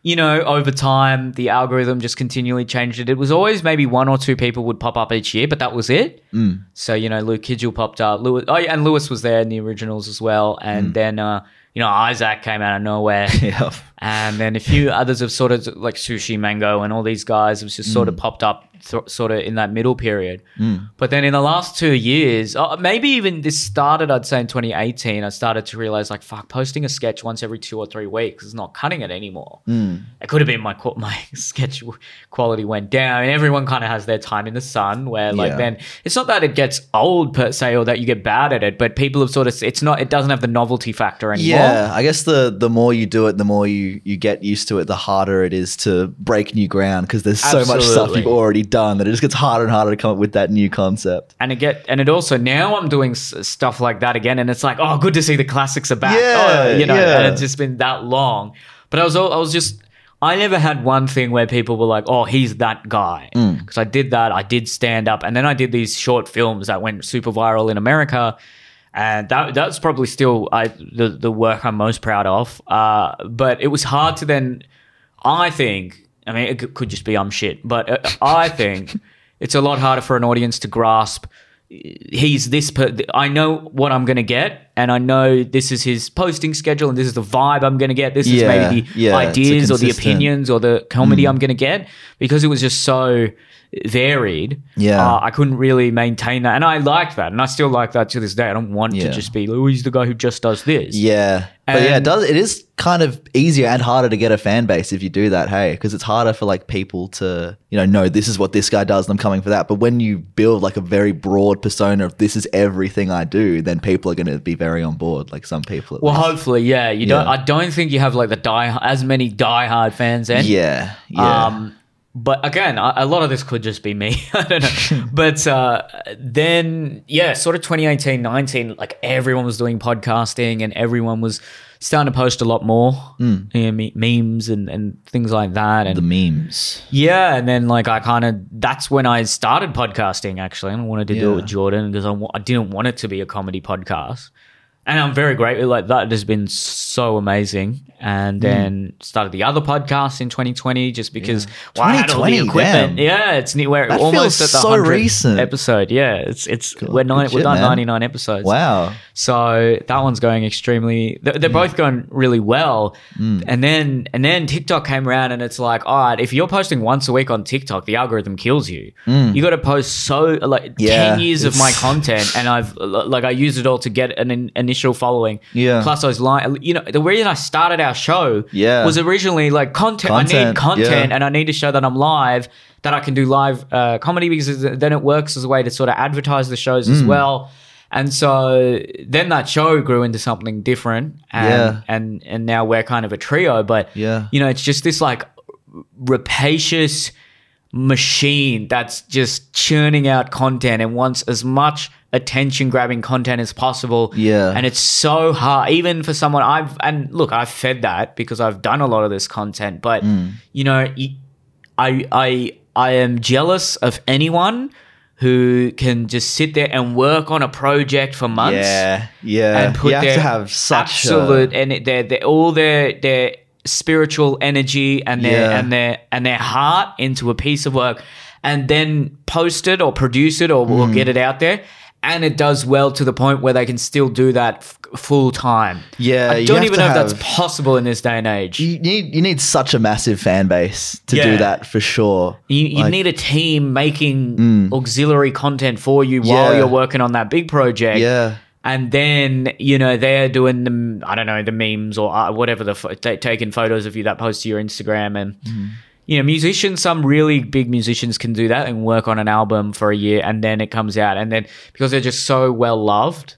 [SPEAKER 1] you know, over time the algorithm just continually changed it. It was always maybe one or two people would pop up each year, but that was it.
[SPEAKER 2] Mm.
[SPEAKER 1] So you know, Luke Kidgel popped up, Lewis, oh yeah, and Lewis was there in the originals as well, and
[SPEAKER 2] Mm.
[SPEAKER 1] then uh, you know Isaac came out of nowhere.
[SPEAKER 2] Yeah,
[SPEAKER 1] And then a few others have sort of like Sushi Mango and all these guys have just
[SPEAKER 2] Mm.
[SPEAKER 1] sort of popped up th- sort of in that middle period. But then in the last two years, uh, maybe even this started, I'd say in 2018, I started to realize like, fuck, posting a sketch once every two or three weeks is not cutting it anymore.
[SPEAKER 2] Mm.
[SPEAKER 1] It could have been my, qu- my sketch w- quality went down and everyone kind of has their time in the sun where like
[SPEAKER 2] Yeah.
[SPEAKER 1] then it's not that it gets old per se or that you get bad at it, but people have sort of, it's not, it doesn't have the novelty factor anymore.
[SPEAKER 2] yeah. I guess the the more you do it, the more you you get used to it. The harder it is to break new ground because there's so much stuff
[SPEAKER 1] Absolutely.
[SPEAKER 2] you've already done that it just gets harder and harder to come up with that new concept.
[SPEAKER 1] and it get and it also now I'm doing s- stuff like that again, and it's like oh, good to see the classics are back.
[SPEAKER 2] Yeah,
[SPEAKER 1] oh, you know,
[SPEAKER 2] yeah.
[SPEAKER 1] and it's just been that long. But I was all, I was just I never had one thing where people were like, oh, he's that guy because I did that. I did stand up, and then I did these short films that went super viral in America. And that, that's probably still I, the, the work I'm most proud of. Uh, but it was hard to then I think, I mean, it c- could just be I'm shit, but uh, I think it's a lot harder for an audience to grasp. He's this. Per- I know what I'm going to get, and I know this is his posting schedule, and this is the vibe I'm going to get. This
[SPEAKER 2] Yeah,
[SPEAKER 1] is maybe the
[SPEAKER 2] yeah, it's a
[SPEAKER 1] ideas or the
[SPEAKER 2] consistent- Mm.
[SPEAKER 1] opinions or the comedy I'm going to get because it was just so varied.
[SPEAKER 2] Yeah.
[SPEAKER 1] uh, I couldn't really maintain that, and I liked that, and I still like that to this day. I don't want
[SPEAKER 2] Yeah.
[SPEAKER 1] to just be, oh, he's the guy who just does this.
[SPEAKER 2] Yeah. But yeah, it
[SPEAKER 1] And-
[SPEAKER 2] does it is kind of easier and harder to get a fan base if you do that, hey, because it's harder for like people to, you know, know this is what this guy does and I'm coming for that. But when you build like a very broad persona of this is everything I do, then people are going to be very on board, like some people. At
[SPEAKER 1] Well,
[SPEAKER 2] least.
[SPEAKER 1] hopefully, yeah. You don't.
[SPEAKER 2] Yeah.
[SPEAKER 1] I don't think you have like the die as many diehard fans. Then,
[SPEAKER 2] yeah. Yeah.
[SPEAKER 1] Um, but again, a, a lot of this could just be me. I don't know. but uh, then, yeah, sort of 2018, 19, like everyone was doing podcasting and everyone was starting to post a lot more you know, me- memes and, and things like that. And
[SPEAKER 2] the memes.
[SPEAKER 1] yeah, and then like I kind of that's when I started podcasting. Actually, I wanted to do it
[SPEAKER 2] Yeah.
[SPEAKER 1] with Jordan because I, wa- I didn't want it to be a comedy podcast. And I'm very grateful. Like that has been so amazing. And
[SPEAKER 2] Hmm.
[SPEAKER 1] then started the other podcast in 2020, just because wow, I had all the
[SPEAKER 2] 2020,
[SPEAKER 1] equipment.
[SPEAKER 2] damn.
[SPEAKER 1] Yeah, it's ne- we're
[SPEAKER 2] That
[SPEAKER 1] almost
[SPEAKER 2] feels
[SPEAKER 1] at the
[SPEAKER 2] so
[SPEAKER 1] 100th
[SPEAKER 2] recent.
[SPEAKER 1] episode. Yeah, it's it's we're nine,
[SPEAKER 2] Good
[SPEAKER 1] we're
[SPEAKER 2] shit,
[SPEAKER 1] done
[SPEAKER 2] man.
[SPEAKER 1] 99 episodes.
[SPEAKER 2] Wow.
[SPEAKER 1] So that one's going extremely. They're,
[SPEAKER 2] Mm.
[SPEAKER 1] they're both going really well. And then and then TikTok came around and it's like, all right, if you're posting once a week on TikTok, the algorithm kills you. You got to post so like
[SPEAKER 2] Mm. Yeah,
[SPEAKER 1] ten years of
[SPEAKER 2] it's-
[SPEAKER 1] my content, and I've like I used it all to get an, in- initial following.
[SPEAKER 2] Yeah.
[SPEAKER 1] Plus I was lying. You know, the reason I started our show
[SPEAKER 2] Yeah.
[SPEAKER 1] was originally like content. I need
[SPEAKER 2] Content,
[SPEAKER 1] content,
[SPEAKER 2] yeah.
[SPEAKER 1] and I need to show that I'm live. That I can do live uh, comedy because then it works as a way to sort of advertise the shows
[SPEAKER 2] Hmm.
[SPEAKER 1] as well. And so then that show grew into something different, and
[SPEAKER 2] Yeah.
[SPEAKER 1] and and now we're kind of a trio. But
[SPEAKER 2] Yeah.
[SPEAKER 1] you know, it's just this like rapacious machine that's just churning out content and wants as much attention grabbing content as possible.
[SPEAKER 2] Yeah.
[SPEAKER 1] And it's so hard, even for someone I've, and look, I've fed that because I've done a lot of this content, but
[SPEAKER 2] Mm.
[SPEAKER 1] you know, y- I, I, I am jealous of anyone who can just sit there and work on a project for months
[SPEAKER 2] Yeah. Yeah.
[SPEAKER 1] and put
[SPEAKER 2] Uh, you have
[SPEAKER 1] their
[SPEAKER 2] to have such
[SPEAKER 1] absolute
[SPEAKER 2] A,
[SPEAKER 1] and it- their, their all their their spiritual energy and their
[SPEAKER 2] Yeah.
[SPEAKER 1] and their and their heart into a piece of work, and then post it or produce it or,
[SPEAKER 2] Mm.
[SPEAKER 1] or get it out there, and it does well to the point where they can still do that f- full time.
[SPEAKER 2] yeah.
[SPEAKER 1] I
[SPEAKER 2] you
[SPEAKER 1] don't
[SPEAKER 2] have
[SPEAKER 1] even
[SPEAKER 2] to
[SPEAKER 1] know if
[SPEAKER 2] have-
[SPEAKER 1] that's possible in this day and age. You,
[SPEAKER 2] you need you need such a massive fan base to
[SPEAKER 1] Yeah.
[SPEAKER 2] do that for sure.
[SPEAKER 1] you
[SPEAKER 2] Like, Mm.
[SPEAKER 1] need a team making auxiliary content for you while
[SPEAKER 2] Yeah.
[SPEAKER 1] you're working on that big project.
[SPEAKER 2] yeah.
[SPEAKER 1] and then you know they're doing the I don't know the memes or uh, whatever the pho- ta taking photos of you that post to your Instagram and
[SPEAKER 2] Mm-hmm.
[SPEAKER 1] you know musicians some really big musicians can do that and work on an album for a year and then it comes out and then because they're just so well loved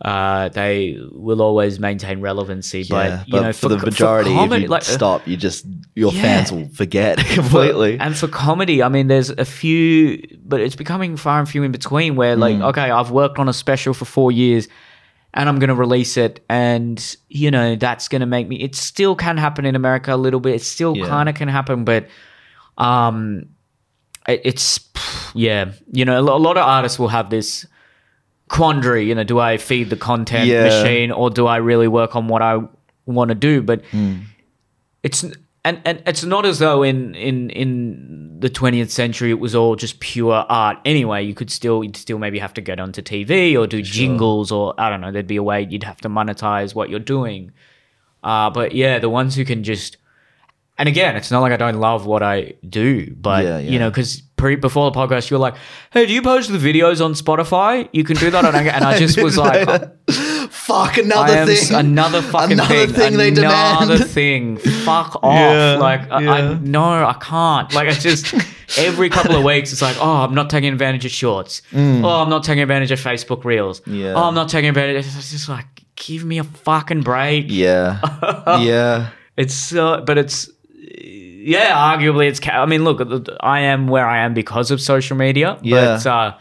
[SPEAKER 1] uh, they will always maintain relevancy
[SPEAKER 2] yeah,
[SPEAKER 1] but you know
[SPEAKER 2] for, the
[SPEAKER 1] co-
[SPEAKER 2] majority,
[SPEAKER 1] comedy,
[SPEAKER 2] if you
[SPEAKER 1] like, uh,
[SPEAKER 2] stop, you just your
[SPEAKER 1] yeah.
[SPEAKER 2] fans will forget
[SPEAKER 1] for-
[SPEAKER 2] completely.
[SPEAKER 1] and for comedy, I mean, there's a few, but it's becoming far and few in between where, like,
[SPEAKER 2] Mm.
[SPEAKER 1] okay, I've worked on a special for four years and I'm going to release it. And, you know, that's going to make me, it still can happen in America a little bit. It still
[SPEAKER 2] Yeah.
[SPEAKER 1] kind of can happen, but, um, it, it's, yeah, you know, a lo- a lot of artists will have this quandary you know do i feed the content
[SPEAKER 2] Yeah.
[SPEAKER 1] machine or do i really work on what i want to do but it's and and it's not as though in in in the 20th century it was all just pure art anyway you could still you'd still maybe have to get onto tv or do jingles or i don't know there'd be a way you'd have to monetize what you're doing uh but yeah the ones who can just and again, it's not like I don't love what I do, but
[SPEAKER 2] Yeah, yeah.
[SPEAKER 1] you know, because pre- before the podcast, you were like, "Hey, do you post the videos on Spotify? You can do that on," Anchor." and I just was like,
[SPEAKER 2] didn't know Fuck another
[SPEAKER 1] I am s-
[SPEAKER 2] thing.
[SPEAKER 1] another fucking
[SPEAKER 2] another
[SPEAKER 1] thing.
[SPEAKER 2] they
[SPEAKER 1] another
[SPEAKER 2] demand.
[SPEAKER 1] thing. Fuck off.
[SPEAKER 2] Yeah,
[SPEAKER 1] like I, I
[SPEAKER 2] yeah.
[SPEAKER 1] no, I can't. Like it's just every couple of weeks, it's like, oh, I'm not taking advantage of shorts. Oh, I'm not taking advantage of Facebook Reels.
[SPEAKER 2] Mm. Yeah.
[SPEAKER 1] Oh, I'm not taking advantage. It's just like, give me a fucking break.
[SPEAKER 2] Yeah, yeah,
[SPEAKER 1] It's so, but it's yeah, arguably it's. Ca- I mean, look, I am where I am because of social media.
[SPEAKER 2] Yeah.
[SPEAKER 1] But, uh,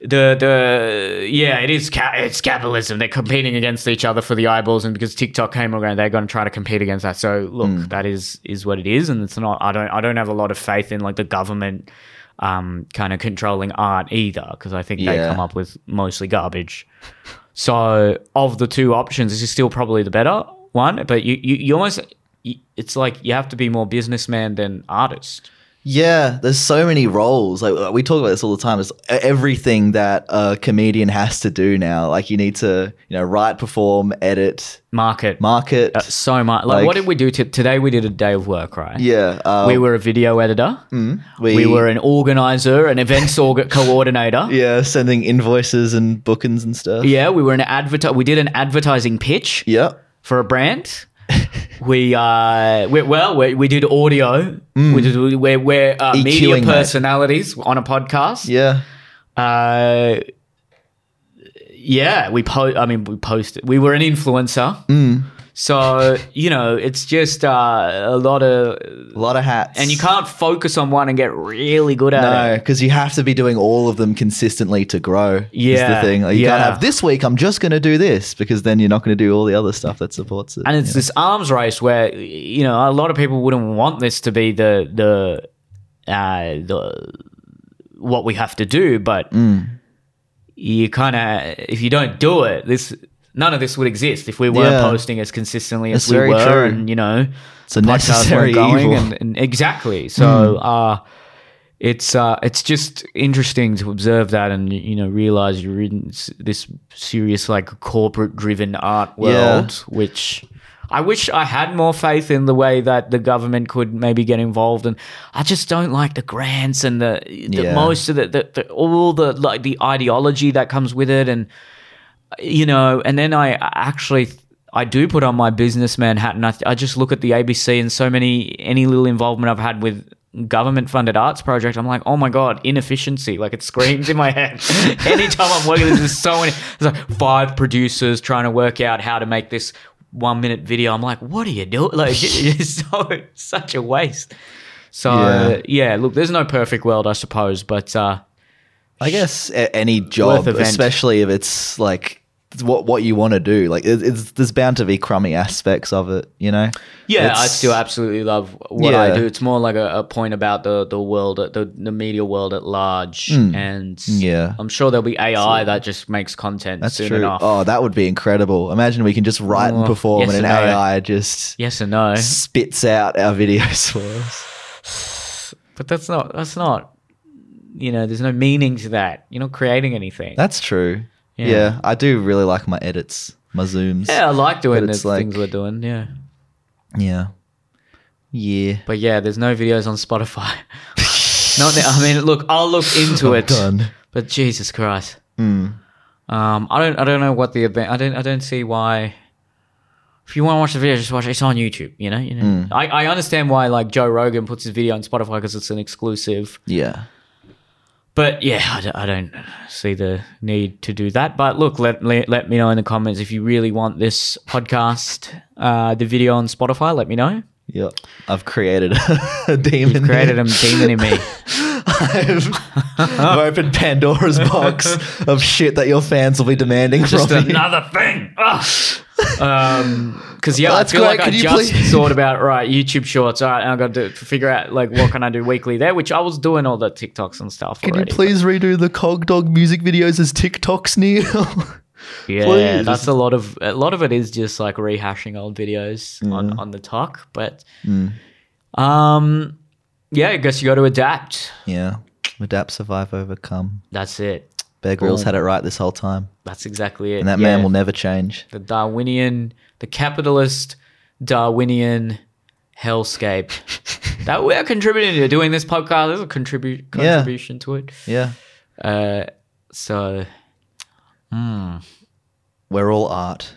[SPEAKER 1] the the yeah, it is ca- it's capitalism. They're competing against each other for the eyeballs, and because TikTok came around, they're going to try to compete against that. So look,
[SPEAKER 2] Hmm.
[SPEAKER 1] that is is what it is, and it's not. I don't I don't have a lot of faith in like the government. Um, kind of controlling art either because I think they
[SPEAKER 2] Yeah.
[SPEAKER 1] come up with mostly garbage. So of the two options, this is still probably the better one. But you, you, you almost, you- it's like you have to be more businessman than artist.
[SPEAKER 2] yeah. There's so many roles. Like we talk about this all the time. It's e, everything that a comedian has to do now. Like you need to, you know, write, perform, edit,
[SPEAKER 1] Market,
[SPEAKER 2] market.
[SPEAKER 1] so much. Like,
[SPEAKER 2] Like-
[SPEAKER 1] what did we do t- today? We did a day of work, right?
[SPEAKER 2] yeah, uh,
[SPEAKER 1] We were a video editor.
[SPEAKER 2] Mm. we,
[SPEAKER 1] We were an organizer, an events org- coordinator. Yeah.
[SPEAKER 2] yeah sending invoices and bookings and stuff.
[SPEAKER 1] we were an adverti- We did an advertising pitch
[SPEAKER 2] Yep.
[SPEAKER 1] for a brand. we uh, we, well, we, we did audio.
[SPEAKER 2] Mm.
[SPEAKER 1] We did, we're we're uh, media
[SPEAKER 2] EQing that.
[SPEAKER 1] personalities on a podcast.
[SPEAKER 2] Yeah.
[SPEAKER 1] Uh, yeah, we po- I mean, we posted. We were an influencer,
[SPEAKER 2] Mm.
[SPEAKER 1] so you know, it's just uh, a lot of,
[SPEAKER 2] A lot of hats.
[SPEAKER 1] and you can't focus on one and get really good at
[SPEAKER 2] No,
[SPEAKER 1] it.
[SPEAKER 2] because you have to be doing all of them consistently to grow.
[SPEAKER 1] Yeah,
[SPEAKER 2] is the thing. Like, you can't
[SPEAKER 1] yeah.
[SPEAKER 2] have this week. I'm just going to do this because then you're not going to do all the other stuff that supports it.
[SPEAKER 1] And it's this arms race where you know a lot of people wouldn't want this to be the
[SPEAKER 2] Mm.
[SPEAKER 1] the uh, the what we have to do, but you kind of if you don't do it, this none of this would exist if we were
[SPEAKER 2] Yeah.
[SPEAKER 1] posting as consistently as
[SPEAKER 2] It's
[SPEAKER 1] we
[SPEAKER 2] very
[SPEAKER 1] were,
[SPEAKER 2] true.
[SPEAKER 1] and you know,
[SPEAKER 2] It's a
[SPEAKER 1] podcasts weren't
[SPEAKER 2] necessary
[SPEAKER 1] going
[SPEAKER 2] evil.
[SPEAKER 1] And, and exactly. So uh, it's uh, it's just interesting to observe that, and you know, realize you're in s- this serious like corporate-driven art world,
[SPEAKER 2] Yeah.
[SPEAKER 1] which. I wish I had more faith in the way that the government could maybe get involved, and I just don't like the grants and the, the
[SPEAKER 2] Yeah.
[SPEAKER 1] most of the, the, the all the like the ideology that comes with it, and you know, and then I actually I do put on my businessman hat, and I, I just look at the ABC and so many any little involvement I've had with government funded arts project. I'm like, oh my god, inefficiency! Like it screams in my head anytime I'm working. This is so many. There's like five producers trying to work out how to make this one minute video. I'm like, what are you doing? Like it's so such a waste. So
[SPEAKER 2] Yeah.
[SPEAKER 1] yeah. look, there's no perfect world, I suppose, but uh,
[SPEAKER 2] I guess a- any job,
[SPEAKER 1] Worth event.
[SPEAKER 2] especially if it's like it's what what you want to do, like it, it's there's bound to be crummy aspects of it, you know.
[SPEAKER 1] Yeah, I
[SPEAKER 2] It's-
[SPEAKER 1] still absolutely love what I
[SPEAKER 2] Yeah.
[SPEAKER 1] do. It's more like a, a point about the the world, the the media world at large, and
[SPEAKER 2] Hmm. Yeah.
[SPEAKER 1] I'm sure there'll be AI that just makes content
[SPEAKER 2] That's
[SPEAKER 1] soon
[SPEAKER 2] true.
[SPEAKER 1] enough.
[SPEAKER 2] Oh, that would be incredible. Imagine we can just write and
[SPEAKER 1] Oh,
[SPEAKER 2] perform
[SPEAKER 1] yes
[SPEAKER 2] and an
[SPEAKER 1] and no.
[SPEAKER 2] AI just
[SPEAKER 1] Yes and no,
[SPEAKER 2] spits out our videos for us.
[SPEAKER 1] but that's not that's not you know. There's no meaning to that. You're not creating anything.
[SPEAKER 2] That's true.
[SPEAKER 1] Yeah.
[SPEAKER 2] Yeah. I do really like my edits, my zooms.
[SPEAKER 1] yeah, I like doing
[SPEAKER 2] But
[SPEAKER 1] the
[SPEAKER 2] it's like-
[SPEAKER 1] things we're doing. Yeah,
[SPEAKER 2] Yeah. Yeah.
[SPEAKER 1] but yeah, there's no videos on Spotify. not that, I mean, look, I'll look into
[SPEAKER 2] I'm
[SPEAKER 1] it.
[SPEAKER 2] done. Mm.
[SPEAKER 1] But Jesus Christ. Um, I don't I don't know what the event I don't I don't see why if you want to watch the video, just watch it. It's on YouTube, you know? You know? I, I understand why like Joe Rogan puts his video on Spotify because it's an exclusive.
[SPEAKER 2] Yeah.
[SPEAKER 1] But yeah, I don't, I don't see the need to do that. But look, let, let let me know in the comments if you really want this podcast, uh, the video on Spotify. Let me know.
[SPEAKER 2] Yep. I've created a demon.
[SPEAKER 1] You've created a demon in me.
[SPEAKER 2] I've, I've opened Pandora's box of shit that your fans will be demanding
[SPEAKER 1] just
[SPEAKER 2] from you.
[SPEAKER 1] another thing. Because yeah,
[SPEAKER 2] Well,
[SPEAKER 1] I
[SPEAKER 2] that's
[SPEAKER 1] feel
[SPEAKER 2] great.
[SPEAKER 1] like
[SPEAKER 2] Can
[SPEAKER 1] I
[SPEAKER 2] you
[SPEAKER 1] just
[SPEAKER 2] please-
[SPEAKER 1] thought about right YouTube Shorts. All right, now I got to figure out like what can I do weekly there, which I was doing all the TikToks and stuff.
[SPEAKER 2] Can you
[SPEAKER 1] already.
[SPEAKER 2] please redo the Cog Dog music videos as TikToks, Neil?
[SPEAKER 1] Yeah,
[SPEAKER 2] please?
[SPEAKER 1] that's a lot of a lot of it is just like rehashing old videos
[SPEAKER 2] Mm.
[SPEAKER 1] on on the talk, but um, yeah, I guess you got to adapt.
[SPEAKER 2] yeah. Adapt, survive, overcome.
[SPEAKER 1] That's it.
[SPEAKER 2] Bear Grylls
[SPEAKER 1] Boom.
[SPEAKER 2] had it right this whole time,
[SPEAKER 1] That's exactly it.
[SPEAKER 2] and that
[SPEAKER 1] Yeah.
[SPEAKER 2] man will never change.
[SPEAKER 1] the Darwinian, the capitalist Darwinian hellscape. that we are contributing to doing this podcast. There's a contribu-
[SPEAKER 2] Yeah.
[SPEAKER 1] contribution to it.
[SPEAKER 2] Yeah,
[SPEAKER 1] Uh, so
[SPEAKER 2] we're all art.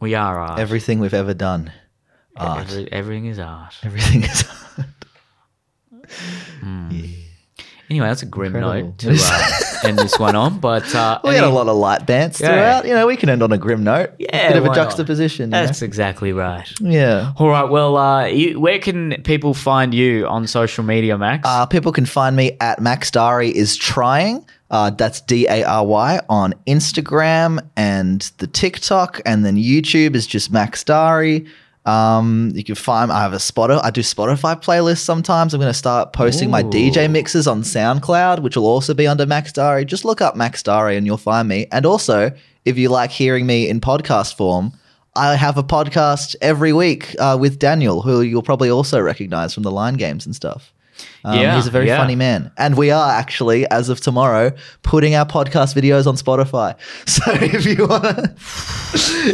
[SPEAKER 1] we are art.
[SPEAKER 2] Everything we've ever done, art.
[SPEAKER 1] Every- everything is art.
[SPEAKER 2] Everything is art.
[SPEAKER 1] Anyway, that's a grim
[SPEAKER 2] Incredible.
[SPEAKER 1] note to uh, end this one on. But uh,
[SPEAKER 2] We had a
[SPEAKER 1] any-
[SPEAKER 2] lot of light bants
[SPEAKER 1] Yeah.
[SPEAKER 2] throughout. You know, we can end on a grim note.
[SPEAKER 1] Yeah,
[SPEAKER 2] bit of
[SPEAKER 1] why
[SPEAKER 2] a
[SPEAKER 1] not?
[SPEAKER 2] juxtaposition. you know?
[SPEAKER 1] That's exactly right.
[SPEAKER 2] yeah.
[SPEAKER 1] All right. Well, uh, you, where can people find you on social media, Max?
[SPEAKER 2] Uh, people can find me at Max Dari is trying. Uh, that's D A R Y on Instagram and the TikTok, and then YouTube is just Max Dari. Um, you can find I have a spotter. I do Spotify playlists sometimes. I'm going to start posting my
[SPEAKER 1] Ooh.
[SPEAKER 2] DJ mixes on SoundCloud, which will also be under Max Dari. Just look up Max Dari and you'll find me. And also, if you like hearing me in podcast form. I have a podcast every week uh, with Daniel, who you'll probably also recognize from the line games and stuff. Um,
[SPEAKER 1] Yeah,
[SPEAKER 2] he's a very
[SPEAKER 1] yeah.
[SPEAKER 2] funny man. And we are actually, as of tomorrow, putting our podcast videos on Spotify. So if you wanna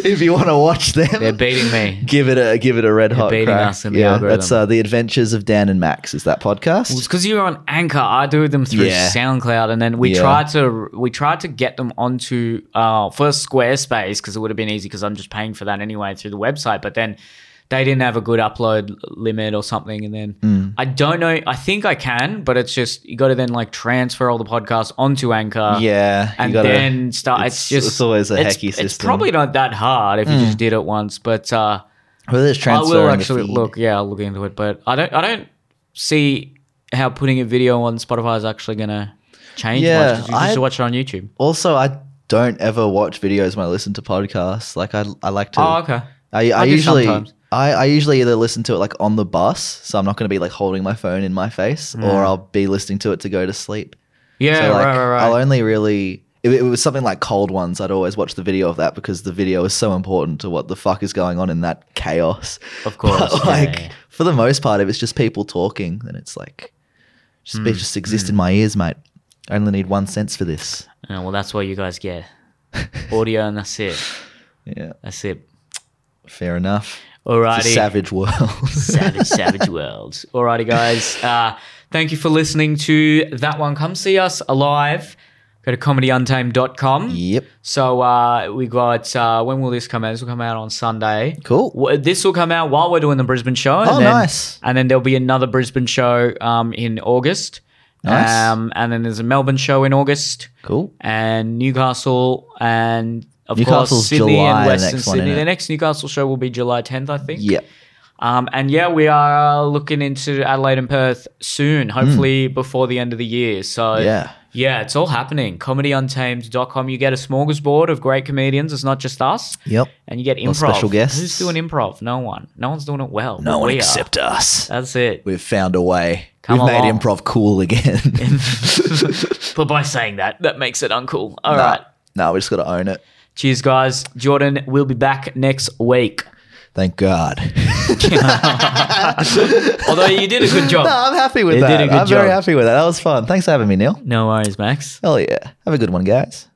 [SPEAKER 2] if you wanna watch them,
[SPEAKER 1] They're beating me.
[SPEAKER 2] give it a give it a red hot
[SPEAKER 1] beating
[SPEAKER 2] crack.
[SPEAKER 1] us in the
[SPEAKER 2] That's
[SPEAKER 1] algorithm.
[SPEAKER 2] uh, the Adventures of Dan and Max is that podcast.
[SPEAKER 1] Well, it's because you're on Anchor. I do them through
[SPEAKER 2] Yeah.
[SPEAKER 1] SoundCloud, and then we
[SPEAKER 2] Yeah.
[SPEAKER 1] tried to we tried to get them onto uh, first Squarespace because it would have been easy because I'm just paying for that anyway through the website. But then they didn't have a good upload limit or something, and then
[SPEAKER 2] Mm.
[SPEAKER 1] I don't know. I think I can, but it's just you got to then like transfer all the podcasts onto Anchor.
[SPEAKER 2] yeah, you
[SPEAKER 1] And
[SPEAKER 2] gotta-
[SPEAKER 1] then start. It's,
[SPEAKER 2] it's-
[SPEAKER 1] just
[SPEAKER 2] it's always a
[SPEAKER 1] it's,
[SPEAKER 2] hacky
[SPEAKER 1] It's
[SPEAKER 2] system. Mm.
[SPEAKER 1] probably not that hard if you just did it once, but uh,
[SPEAKER 2] well, there's
[SPEAKER 1] I will
[SPEAKER 2] transferring the
[SPEAKER 1] actually
[SPEAKER 2] feed.
[SPEAKER 1] look. Yeah, I'll look into it, but I don't. I don't see how putting a video on Spotify is actually gonna change
[SPEAKER 2] Yeah,
[SPEAKER 1] much because you just
[SPEAKER 2] I-
[SPEAKER 1] watch it on YouTube.
[SPEAKER 2] Also, I don't ever watch videos when I listen to podcasts. Like I, I like to.
[SPEAKER 1] Oh, okay.
[SPEAKER 2] I, I,
[SPEAKER 1] I do
[SPEAKER 2] usually
[SPEAKER 1] sometimes.
[SPEAKER 2] I, I usually either listen to it like on the bus, so I'm not going to be like holding my phone in my face, or I'll be listening to it to go to sleep.
[SPEAKER 1] Yeah,
[SPEAKER 2] so like
[SPEAKER 1] right, right, right.
[SPEAKER 2] I'll only really it it, it was something like Cold Ones. I'd always watch the video of that because the video is so important to what the fuck is going on in that chaos.
[SPEAKER 1] Of course,
[SPEAKER 2] But,
[SPEAKER 1] yeah,
[SPEAKER 2] like
[SPEAKER 1] yeah.
[SPEAKER 2] for the most part, if it's just people talking, then it's like just
[SPEAKER 1] Mm,
[SPEAKER 2] be- just exist in my ears, mate. I only need one sense for this.
[SPEAKER 1] Uh, well, that's what you guys get. Audio and that's it.
[SPEAKER 2] Yeah,
[SPEAKER 1] That's it.
[SPEAKER 2] fair enough.
[SPEAKER 1] Alrighty.
[SPEAKER 2] It's a savage world.
[SPEAKER 1] savage, savage world. Alrighty, guys. Uh, thank you for listening to that one. Come see us alive. Go to comedyuntamed.com.
[SPEAKER 2] Yep.
[SPEAKER 1] So uh, we got uh, when will this come out? This will come out on Sunday.
[SPEAKER 2] Cool.
[SPEAKER 1] W- This will come out while we're doing the Brisbane show. And
[SPEAKER 2] Oh,
[SPEAKER 1] then,
[SPEAKER 2] nice.
[SPEAKER 1] And then there'll be another Brisbane show um, in August.
[SPEAKER 2] Nice.
[SPEAKER 1] Um, and then there's a Melbourne show in August.
[SPEAKER 2] Cool.
[SPEAKER 1] And Newcastle and of course
[SPEAKER 2] Newcastle's
[SPEAKER 1] Sydney
[SPEAKER 2] July,
[SPEAKER 1] and
[SPEAKER 2] the
[SPEAKER 1] Western
[SPEAKER 2] next one,
[SPEAKER 1] Sydney.
[SPEAKER 2] innit?
[SPEAKER 1] The next Newcastle show will be July 10th, I think.
[SPEAKER 2] Yep.
[SPEAKER 1] Um, and yeah, we are looking into Adelaide and Perth soon, hopefully before the end of the year. So
[SPEAKER 2] Hmm. Yeah.
[SPEAKER 1] yeah, it's all happening. ComedyUntamed.com. You get a smorgasbord of great comedians. It's not just us.
[SPEAKER 2] Yep.
[SPEAKER 1] And you get
[SPEAKER 2] Lots
[SPEAKER 1] improv.
[SPEAKER 2] of special guests.
[SPEAKER 1] Who's doing improv? No one. No one's doing it well.
[SPEAKER 2] No
[SPEAKER 1] but
[SPEAKER 2] one
[SPEAKER 1] we are.
[SPEAKER 2] except us.
[SPEAKER 1] That's it.
[SPEAKER 2] We've found a way.
[SPEAKER 1] Come
[SPEAKER 2] We've made
[SPEAKER 1] along.
[SPEAKER 2] improv cool again.
[SPEAKER 1] But by saying that, that makes it uncool. All right.
[SPEAKER 2] No, we just got to own it.
[SPEAKER 1] Cheers, guys. Jordan will be back next week.
[SPEAKER 2] Thank God.
[SPEAKER 1] Although you did a good job.
[SPEAKER 2] no, I'm happy with
[SPEAKER 1] They Oh. did
[SPEAKER 2] that.
[SPEAKER 1] a good
[SPEAKER 2] I'm very
[SPEAKER 1] job.
[SPEAKER 2] happy with that. That was fun. Thanks for having me, Neil.
[SPEAKER 1] No worries, Max.
[SPEAKER 2] Hell yeah. Have a good one, guys.